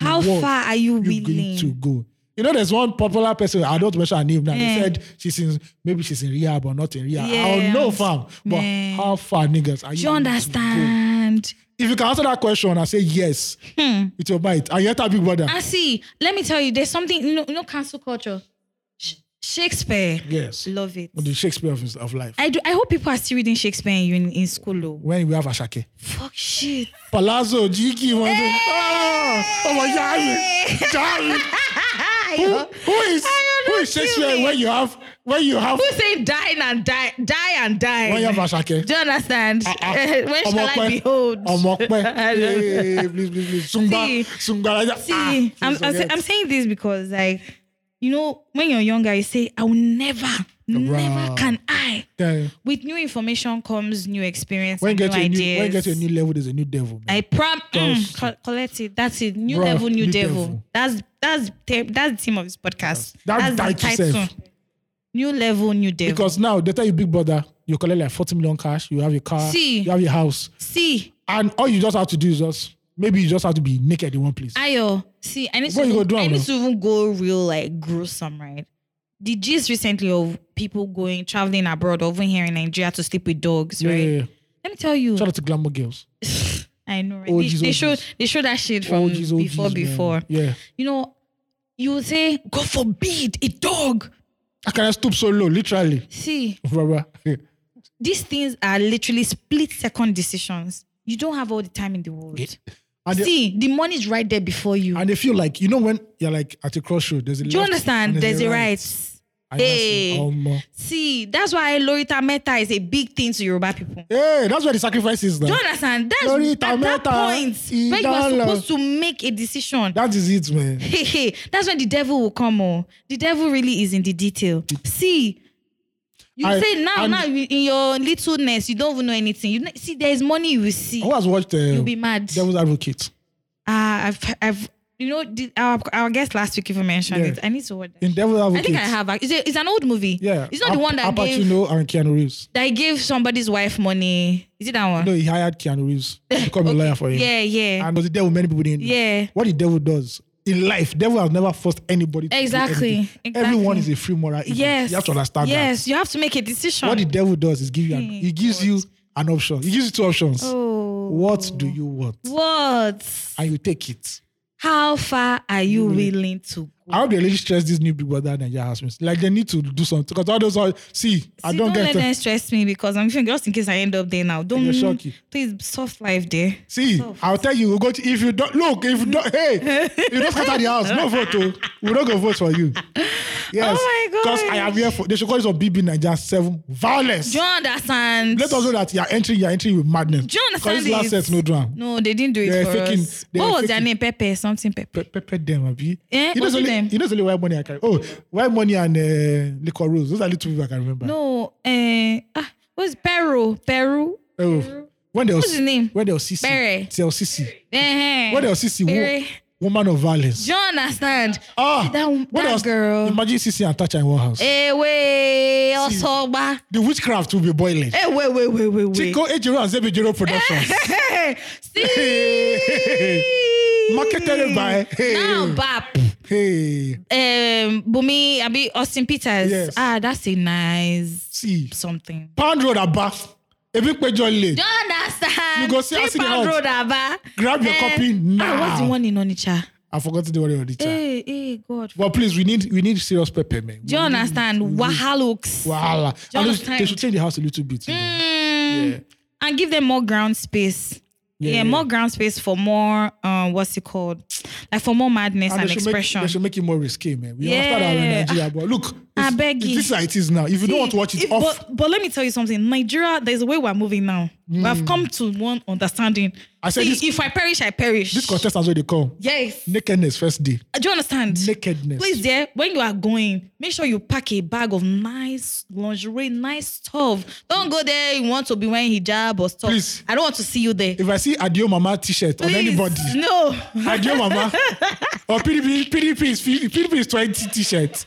How
"What
far are you
you going
willing?
to go? You know, there's one popular person. I don't mention her name now.
Eh.
They said she's in maybe she's in rehab or not in rehab. I
Yeah.
don't know, fam. But
Man.
how far, niggas, are you?
Eh. Do you
willing to go?
understand?
If you can answer that question and say yes,
Hmm.
with your bite, and you enter Big Brother,
And see, let me tell you, there's something. You know, you know cancel culture. Sh- Shakespeare.
yes,
Love it.
the Shakespeare of, his- of life.
I do. I hope people are still reading Shakespeare in uni- in school. Though.
when we have Ashake,
Fuck shit.
Palazzo, Jiki, one
Eh.
thing. Ah, oh my God, darling. Who- who is
I
who
don't
is
feel
Shakespeare
it.
when you have when you have
Who say dying and die, die and die?
when you have Ah, Ashake?
Do you understand? Eh, when shall I behold? I don't know.
Omokwe. Please, please, please. Sumba.
See.
Sumba. like that.
See,
Ah,
I'm,
please
I'm,
forget.
say- I'm saying this because, like, you know, when you're younger, you say, I will never, never
Right.
can I.
Okay.
With new information comes new experience
When you
and
get to
new
a
ideas.
new, when you get to a new level, there's a new devil. Man.
I prom mm,
Just-
co- collect it. That's it. New
Bruh,
devil, new,
new
devil.
devil.
That's that's the, that's the theme of this podcast.
That's
the
tight to self.
New level, new devil.
because now the time you big brother, you collect like 40 million cash, you have your car,
See.
you have your house,
see,
and all you just have to do is just maybe you just have to be naked in one place.
Ayo, see, I need
What
to
you gonna do
I
am
need
now?
to even go real like gruesome, right? The gist recently of people going traveling abroad over here in Nigeria to sleep with dogs,
yeah,
right?
yeah, yeah.
Let me tell you,
Shout out to glamour girls.
I know, right?
Oh,
they,
geez,
they
oh,
showed
geez.
they showed that shit from
OGs, OGs,
before
man.
before.
Yeah.
You know, you would say, God forbid, a dog.
I can stoop so low, literally.
See,
Rara.
these things are literally split second decisions. You don't have all the time in the world.
And they,
See, the money's right there before you.
and they feel like, you know, when you're like at a crossroad, there's a
Do you
left
understand?
and
There's a right.
And you're
Hey.
saying, "Omo."
See, that's why Lorita Meta is a big thing to Yoruba people.
Hey, that's where the sacrifice is now.
Do you understand? That's
Mm. Lorita
at that
Meta,
point
he
where you are
don't
supposed to make a decision.
That is it, man.
Hey, hey, that's when the devil will come. Oh, the devil really is in the detail. See, you
I-
say now,
and-
now you- in your littleness, you don't even know anything. You know, see, there is money you will see.
Who has watched uh,
You'll be mad.
Devil's Advocate?
Ah, I've, I've, you know, the, our our guest last week even mentioned
Yeah.
it. I need to watch that.
In Devil's
I
Advocate,
think I have. It's, a, it's an old movie.
Yeah,
it's not the
Al-
one that
Al
gave
Pacino and Keanu Reeves.
that gave somebody's wife money. Is it that one?
No, he hired Keanu Reeves to become a lawyer for him.
Yeah, yeah.
and was the devil many people didn't. know.
Yeah.
what the devil does in life, devil has never forced anybody. To do
Exactly,
anything.
exactly.
Everyone is a free moral. agent.
yes.
you have to understand
Yes,
that.
you have to make a decision.
What the devil does is give you. An,
Hey,
he gives you an option. He gives you two options.
oh.
What do you want?
What?
And you take it.
How far are you
Mm.
willing to go?
I hope they really stress this new Big Brother Nigeria housemates. Like they need to do something because all those are see. I don't,
See, don't
get
let
it.
them stress me because I'm feeling just in case I end up there now. Don't
They'll shock you.
please soft life there.
See, I'll tell you, we'll go to, if you don't look, if you don't, hey, you don't scatter the house, no vote. Oh. We're not gonna vote for you. Yes.
Oh my
Because I am here for they should call this on BB Nigeria 7 violence.
Do you understand?
Let us know that you're entering, you're entering with madness.
Do you
Because
understand
this last
it?
set, no drama.
No, they didn't do it
They're
for
faking-
us.
they're
What was their
faking-
name? Pepe, something Pepe.
Pe- Pepper them, abi.
Eh,
you know,
what's
it's
with
only,
them?
you know, it's only white money I can. Oh, white money and uh, liquor rules. Those are the two people I can remember.
No, eh, ah, what's Peru? Peru?
Oh, when there was,
What's his name?
When there was CC.
Barry.
There was CC.
Eh,
When there was CC, wo-
Barry.
woman of violence.
Do you understand?
Ah,
That-
when
that
there was-
girl.
Imagine CC and Tacha in one house.
Eh, wait, Osoba.
The witchcraft will be boiling.
Eh, wait, wait, wait, wait, wait.
Chico Ejiro and Zebe Jiro Productions.
See?
Marketed by-
Now, Bap.
Hey,
Um, Bumi, I be Austin Peters.
Yes.
Ah, that's a nice
see,
something.
Pound Road Abba. Ebi Pejo Lane.
Don't understand.
You go see us in the
Paper
house.
Road, Aba.
Grab your
Eh,
copy
Ah, what's the
now.
one Eh. in Onitsha?
I forgot the word of the chat.
Hey, hey, God.
But please, we need we need serious pepper, man.
Do you understand? Wahalooks.
Wahala.
you
And
understand?
They should change the house a little bit. You know?
Mm, And give them more ground space. Yeah,
yeah.
more ground space for more, uh, what's it called? Like for more madness and,
they should, make,
expression.
they should make it more risky, man. We understand that we're in
Yeah.
Nigeria, but look,
I
it's-
beg
it's
you.
This is how it is now. If you don't want to watch it,
If-
off.
But, but let me tell you something. Nigeria, there's a way we're moving now. We have come to one understanding.
Hmm. I said
See,
this-
if I perish, I perish.
This contest as well they come.
yes.
Nakedness first day.
Do you understand?
Nakedness.
Please, dear, when you are going, make sure you pack a bag of nice lingerie, nice stuff. Don't go there. You want to be wearing hijab or stuff.
Please.
I don't want to see you there.
If I see Adio Mama t-shirt on
Please,
anybody,
No.
Adio Mama or PDP, PDP is PDP is 20 t-shirt.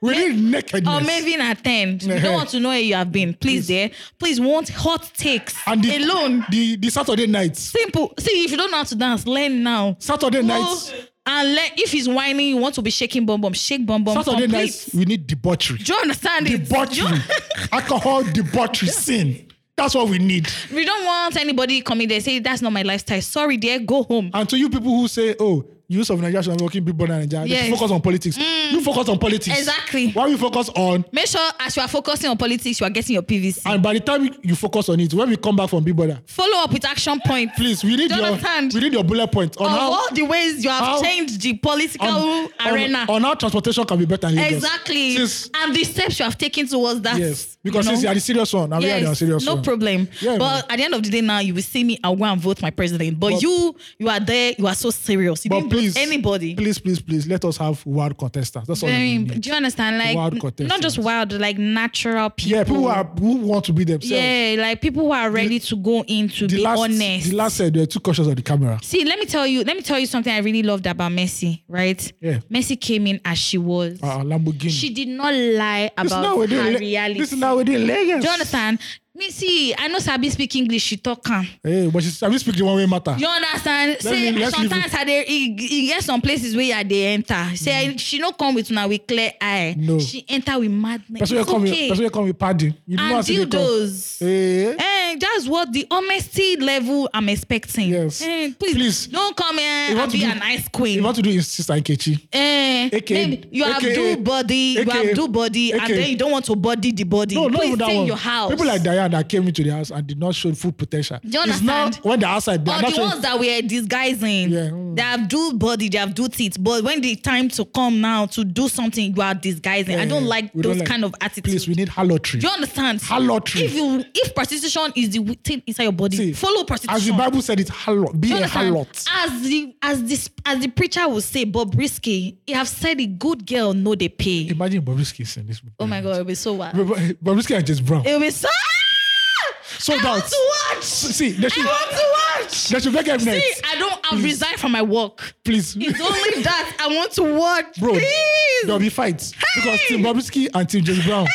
We need nakedness.
Or Oh, maybe in attend. You
Uh-huh.
don't want to know where you have been. Please, dear. Please want hot takes
and the,
alone.
The, the Saturday nights.
Simple. See, if you don't know how to dance, learn now.
Saturday nights.
Go And learn. If it's whining, you want to be shaking bum bum, shake bum bum.
Saturday
complete.
nights, we need debauchery.
Do you understand it? Do
Debauchery.
you-
Alcohol debauchery sin. That's what we need.
We don't want anybody coming there say that's not my lifestyle. Sorry, dear, go home.
And to you people who say, oh, use of Nigeria should be working people in Nigeria, they should
Yes. Mm.
focus on politics. You focus on politics.
Exactly.
Why we focus on
Make sure as you are focusing on politics, you are getting your PVC.
and by the time you focus on it, when we come back from Big Brother,
Follow up with action points.
please, we need
Do you
your
understand?
we need your bullet point on
Of
how
all the ways you have
how-
changed the political
on,
arena.
on, on how transportation can be better. In Lagos.
exactly.
Since,
and the steps you have taken towards that.
yes, because
you know?
since you are the serious one, and we are the
Yes,
serious
no
one.
problem.
Yeah, man.
but at the end of the day, now you will see me. I'll go and vote my president. But,
But-
you, you are there. You are so serious. You
But
didn't vote
please,
anybody.
please, please, please, let us have wild contestants. That's all.
Very-
we need.
do you understand? Like
Wild
n- not
contestants.
just wild, like natural people.
Yeah, people who, are, who want to be themselves.
Yeah, like people who are ready to go in to
The
be
last,
honest.
the last said they were too cautious of the camera.
See, let me tell you, let me tell you something I really loved about Messi, right?
Yeah.
Messi came in as she was.
Uh, Lamborghini.
she did not lie
this now
about
we
her
did.
reality.
This now we did Lagos.
Do you understand? Me see, I know Sabi speak English, she talk am.
Hey, but she's, I will speak the one way matter.
You understand? Say
me- let's leave
sometimes I dey e e get some places where I dey enter. Say she no come with una with clear eye.
Mm. No.
She enter with madness.
Person will
It's
come with,
okay.
person will come with padding. You
and
know how to come.
dildos.
Hey.
Eh, that's what the honesty level I'm expecting.
Yes.
Eh, please,
Please.
don't come here
You
and
want to
be
do-
a nice
You
queen.
want to do is sister Nkechi.
Eh,
AKA
maybe you have
AKA
do body, you
AKA
have do body, and
AKA
then you don't want to body the body.
No, not
please
even that
stay in
one.
your house.
People like Diana came into the house and did not show full potential.
Do you
It's now
understand?
when they're outside, they're
or
not
the
showing.
ones that were disguising,
Yeah, mm.
they have do body, they have do teeth, but when the time to come now to do something, you are disguising. I don't
Yeah,
like
Eh, we
those
don't like-
kind of attitudes.
Please, we need harlotry.
Do you understand?
Harlotry.
If you if prostitution is the thing inside your body,
See,
follow ah.
As the
prostitution.
Bible said, it's harlot. Be
Do
a
you understand?
harlot.
As the as this as the preacher will say, Bob Risky, he have said a good girl know they pay.
Imagine Bobrisky saying this.
oh my god, it'll be so wild.
Bobrisky and James Brown.
It'll be so ah!
Sold
I
out.
want to watch.
See, they should,
I want to watch.
they should make it
See,
next.
I don't I'll resign from my work.
Please.
It's only that I want to watch.
Bro, there'll
Please.
be fights. Because Team Bobrisky and Team James Brown,
Of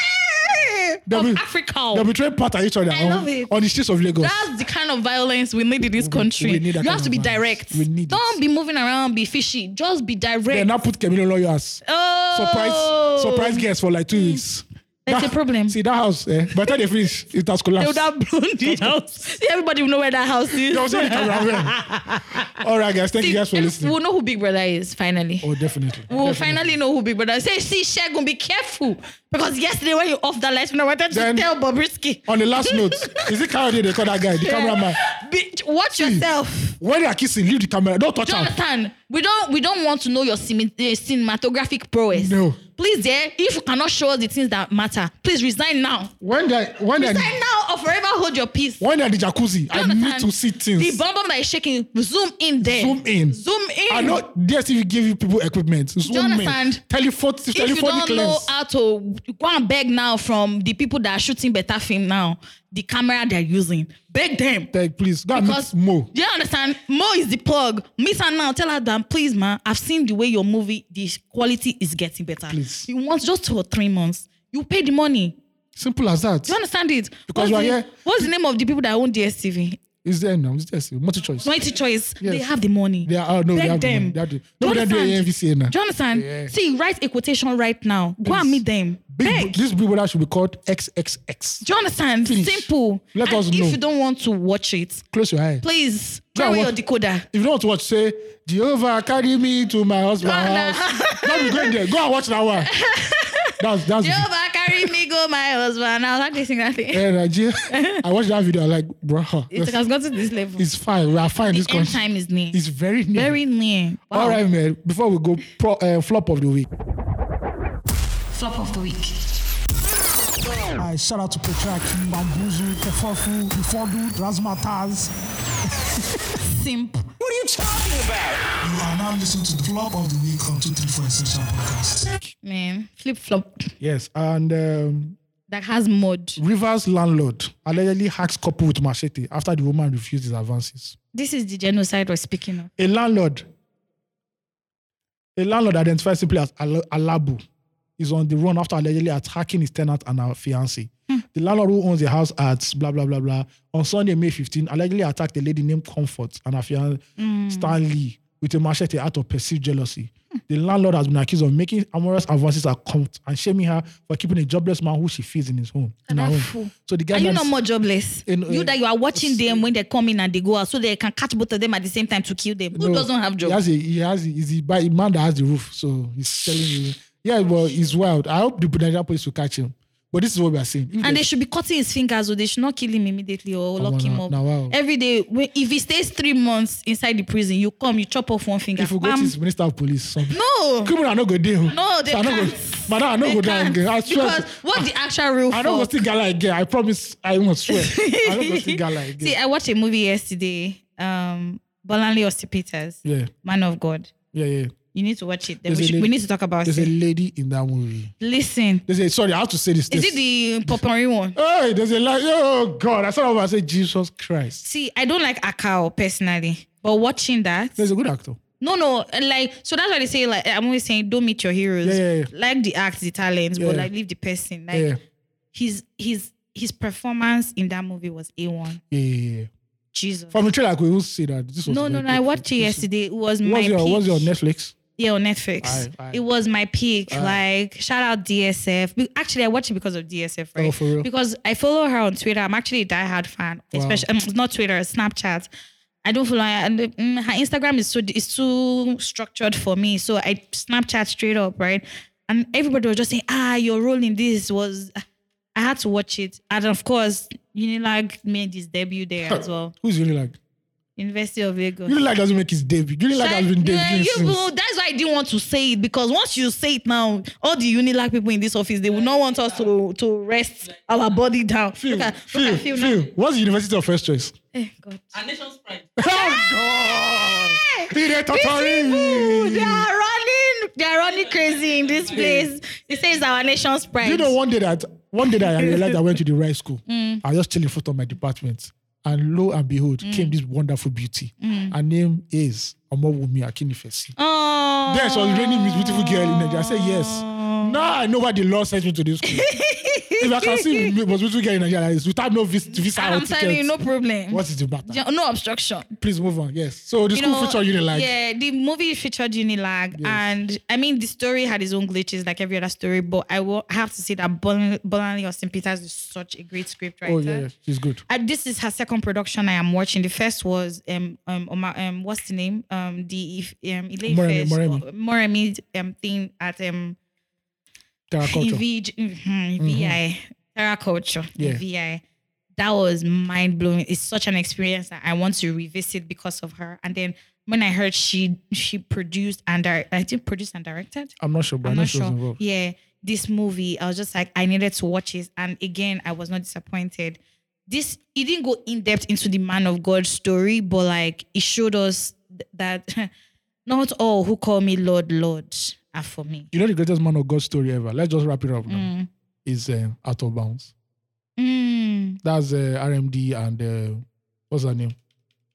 there'll be,
Africa.
they'll be trying part at each other
I
on,
love it.
on the streets of Lagos.
That's the kind of violence we need in this country.
we need that
you
kind
have to
of
be
violence.
direct.
We need it.
Don't be moving around, be fishy. Just be
They
direct.
now put Camilo lawyers.
oh,
Surprise, surprise guest for like two weeks.
That's a problem.
See that house, eh? By the time they finish, it has
They
collapsed.
would have blown the house. Everybody will know where that house is.
They will say the cameraman. All right, guys. Thank you guys for
And
listening.
We'll know who Big Brother is finally.
Oh, definitely.
We'll
Definitely.
finally know who Big Brother is. Say, see, Shagun, be careful. Because yesterday when you off that light, when I wanted
Then-
to tell Bobrisky,
On the last note, is it Kayode they call that guy, the cameraman?
be, watch yourself.
When they are kissing, leave the camera. Don't touch him.
Jonathan, we don't we don't want to know your cine- eh, cinematographic prowess.
No.
Please, dear, if you cannot show us the things that matter, please resign now.
When they when they
Resign now or forever hold your peace.
when they are the jacuzzi, I
Jonathan,
need to see
The
things.
bum bum that is shaking, zoom in there.
Zoom in.
Zoom in.
I know DSTV give you people equipment. Zoom in.
understand?
Telephone,
if you
telephonic
don't know
lens.
how to go and beg now from the people that are shooting better film now, the camera they're using, beg them.
Like, please, go and meet
Because-
Mo.
Do you understand? Mo is the plug. Miss her now. Tell her that please, ma. I've seen the way your movie, the quality is getting better.
Please.
You want just two or three months. You pay the money.
Simple as that.
Do you understand it?
Because
what's
we are
the,
here.
What's the name of the people that own DSTV?
It's there now. It's there. Multi choice.
Multi choice. They
Yes.
have the money.
They are, oh, no, they
Beg
have the
them.
money. They have the,
Do
no,
you
they're doing
understand?
AMVCA now.
Do you understand?
Yeah.
See, write a quotation right now. Go and meet them.
Big,
Beg.
This big brother should be called XXX.
Do you understand?
Finish.
Simple.
Let
And
us know.
If you don't want to watch it,
Close your eyes.
please
Go and
throw away your
watch-
decoder.
If you don't want to watch, say, Jehovah, carry me to my husband's
Nah, nah.
house. Don't be going there. Go and watch that one. That's, that's the-
Jehovah, carry me, go my husband. I was actually singing that thing.
And I, just, Eh, I watched that video. I'm like, bro,
It has gotten to this level.
it's fine. We are fine. in this
the end
country.
time is near.
It's very near.
Very near. Wow.
All right, man. Before we go, pro, uh, flop of the week.
Flop of the week.
I shout out to Petraki, Bambuzu, Kefofu, Ifodu, Razmataz.
Simp.
You are now listening to the flop of the week on 234 Essential Podcast.
Man, flip flop
Yes. And um,
that has mud.
Rivers landlord allegedly hacks couple with machete after the woman refused his advances.
This is the genocide we're speaking of.
A landlord, a landlord identified simply as Al- Alabu, is on the run after allegedly attacking his tenant and her fiancée.
Hmm.
The landlord who owns the house at blah blah blah blah on Sunday, May 15, allegedly attacked a lady named Comfort and her fiancé
Hmm.
Stanley with a machete out of perceived jealousy. The landlord has been accused of making amorous advances at Comfort and shaming her for keeping a jobless man who she feeds in his home. In her
That
home.
fool.
So the guy
Are you
now
not
dis-
more jobless?
In, uh,
you that you are watching them when they come in and they go out so they can catch both of them at the same time to kill them. Who
No,
doesn't have
He
job?
has a, he has a, he's the by- man that has the roof, so he's telling you. Yeah, well, he's wild. I hope the Nigerian police will catch him. But this is what we are saying. If
And
they-
they should be cutting his fingers or they should not kill him immediately or
Omo,
lock him
na-
up.
na wow.
Every day, when- if he stays three months inside the prison, you come, you chop off one finger.
if we go
bam.
to his minister of police, something.
no.
Criminal are not go deal.
No, they
I no
can't.
Go, madam, I no
They
go down
can't.
again. I swear.
Because what the actual rule
I don't go
for?
still gala again. I promise. I won't swear. I don't go still gala again.
See, I watched a movie yesterday. Um, Bolanle Ostipitas,
yeah,
Man of God.
yeah, yeah.
You need to watch it. Then
There's
we,
a
should, we
lady-
need to talk about
There's a
it.
lady in that movie.
Listen,
There's a sorry. I have to say this.
is
this.
it the Popori one?
Hey, there's a like. Oh God! I saw that. I said Jesus Christ.
See, I don't like Akao personally, but watching that,
There's a good actor.
no, no, and like so that's why they say like I'm always saying don't meet your heroes.
Yeah, yeah, yeah.
Like the act, the talents,
Yeah.
but like leave the person. Like
Yeah,
his his his performance in that movie was a one.
yeah, yeah. yeah.
Jesus.
From the trailer, I could even see that this was.
No, no,
very
no. I
good.
watched it
This-
yesterday. It was my
What's your
peak.
What's your Netflix?
Yeah, on Netflix.
Aye, aye.
It was my peak.
Aye.
Like, shout out DSF. Be- Actually, I watch it because of DSF, right?
Oh, for real?
Because I follow her on Twitter. I'm actually a diehard fan.
Wow.
Especially, um, not Twitter, Snapchat. I don't follow her. And, mm, her Instagram is so is too structured for me. So I Snapchat straight up, right? And everybody was just saying, ah, your role in this was. I had to watch it. And of course, Unilag made his debut there as well.
Who's really like?
University of Lagos.
Really like doesn't make his debut. Really like has been
Yeah,
debuting
you go-
since.
that's why I didn't want to say it because once you say it now, all the Unilag people in this office they will not want us to to rest our body down.
Phil,
Look at- look
Phil,
at Phil
Phil,
now.
What's the university of first choice?
Eh, God.
Oh God! He dey totori
Ooh,
me.
they are running, they are running crazy in this place. It says our nation's pride.
You know, one day that one day that I realized I went to the right school.
Mm.
I was just chilling foot on my department, and lo and behold,
Mm.
came this wonderful beauty. Her name is Omowumi Akinifesi.
oh,
Yes, I was raining Miss Beautiful Girl in Nigeria. I said yes. Now I know why the law sent me to this school. if I can see Miss Beautiful Girl in Nigeria, it's without no vis- visa or
I'm telling you,
ticket.
no problem.
What is the matter?
Ja- No obstruction.
Please move on. Yes. So the
You
school
know,
feature you didn't like.
Yeah, the movie featured Unilag,
Yes.
and I mean the story had its own glitches, like every other story. But I will have to say that Bolan- Bolanle Austin Peters is such a great scriptwriter.
oh yeah, yeah, she's good.
And this is her second production I am watching. The first was um um, Oma- um what's the name um the if- um
Moremi,
Moremi,
Moremi.
Moremi um thing at um
Terra culture. Mm-hmm.
Invi- mhm, VI Terra Culture
Yeah.
VI. That was mind blowing. It's such an experience that I want to revisit because of her. And then when I heard she she produced and di- I think produced and directed.
I'm not sure, but
I'm
I know
not
she was
sure.
involved.
Yeah, this movie, I was just like, I needed to watch it. And again, I was not disappointed. This it didn't go in depth into the man of God story, but like it showed us th- that not all who call me Lord, Lord are for me.
You know the greatest man of God story ever. Let's just wrap it up now. Is uh, out of bounds.
Mm.
That's uh, RMD and uh,
Mm,
what's her name?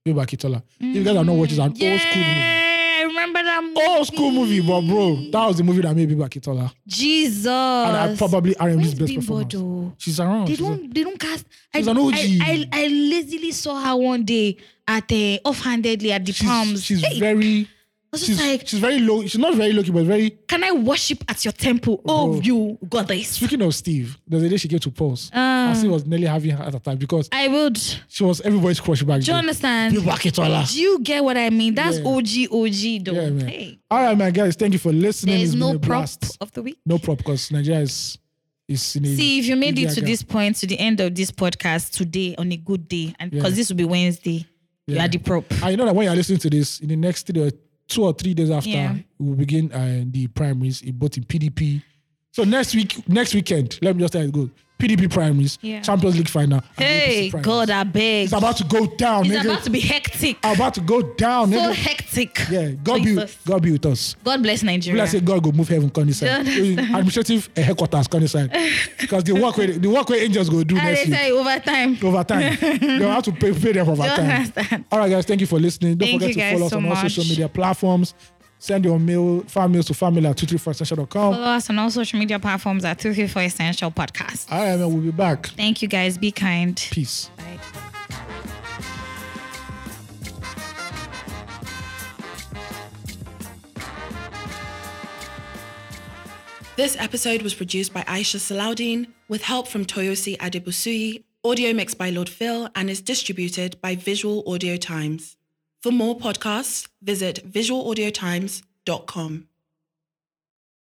Viva Kitola. If you guys are not watching, it's an old school movie.
Yeah, I remember that movie.
was cool movie, but bro, that was the movie that made Biba Kitola.
Jesus.
And I probably R&B's
Where's
best
Bimbo
performance.
though?
She's around.
They
she's a-
don't. They don't cast. I,
She's an OG.
I, I, I lazily saw her one day at uh, offhandedly at the
she's,
palms.
she's
Hey, I
very
was
she's,
just like,
she's very low. She's not very lucky, but very.
can I worship at your temple? Oh,
Bro.
you goddess.
Speaking of Steve, there's a day she came to pause.
Ah.
and Steve was nearly having her at the time because
I would.
she was everybody's crush back
Do you
then.
understand?
Biba Kitola.
Do you get what I mean? That's
Yeah.
OG OG though.
Yeah, man.
Hey,
All right, my guys. Thank you for listening.
there
It's
is
been
no
a
prop
blast.
of the week.
No prop because Nigeria is is in a,
See, if you made
media
it to
gap.
this point, to the end of this podcast today on a good day, and
Yeah.
because this will be Wednesday, you
Yeah.
are the prop.
And Ah, you know that when you're listening to this, in the next three or two or three days after,
Yeah.
we'll begin uh, the primaries in both in PDP. So next week, next weekend, let me just tell you, go PDP primaries,
Yeah.
Champions League final. and
Hey,
APC primaries.
God, I beg.
it's about to go down,
It's
nigga.
about to be hectic.
about to go down,
so
nigga.
hectic.
Yeah, God be,
Jesus.
God be with us.
God bless
People
Nigeria.
that say God go move heaven, come this side.
Yeah, that's-
Administrative eh, headquarters, come this side. Because the work where the work where angels go do
and
next
they
week
say overtime.
over time. They'll have to pay, pay them over
Don't
time.
understand.
All right, guys, thank you for listening. Don't
Thank
forget
you
to
guys
follow us
so
on all social
much.
media platforms. Send your mail, fan mails to family at 234essential.com.
Follow us on all social media platforms at 334 Essential Podcast.
All right, man, we'll be back.
Thank you guys. Be kind.
Uh, Peace.
Bye.
This episode was produced by Aisha Salaudin with help from Toyosi Adebusui, audio mixed by Lord Phil, and is distributed by Visual Audio Times. For more podcasts, visit visualaudiotimes.com.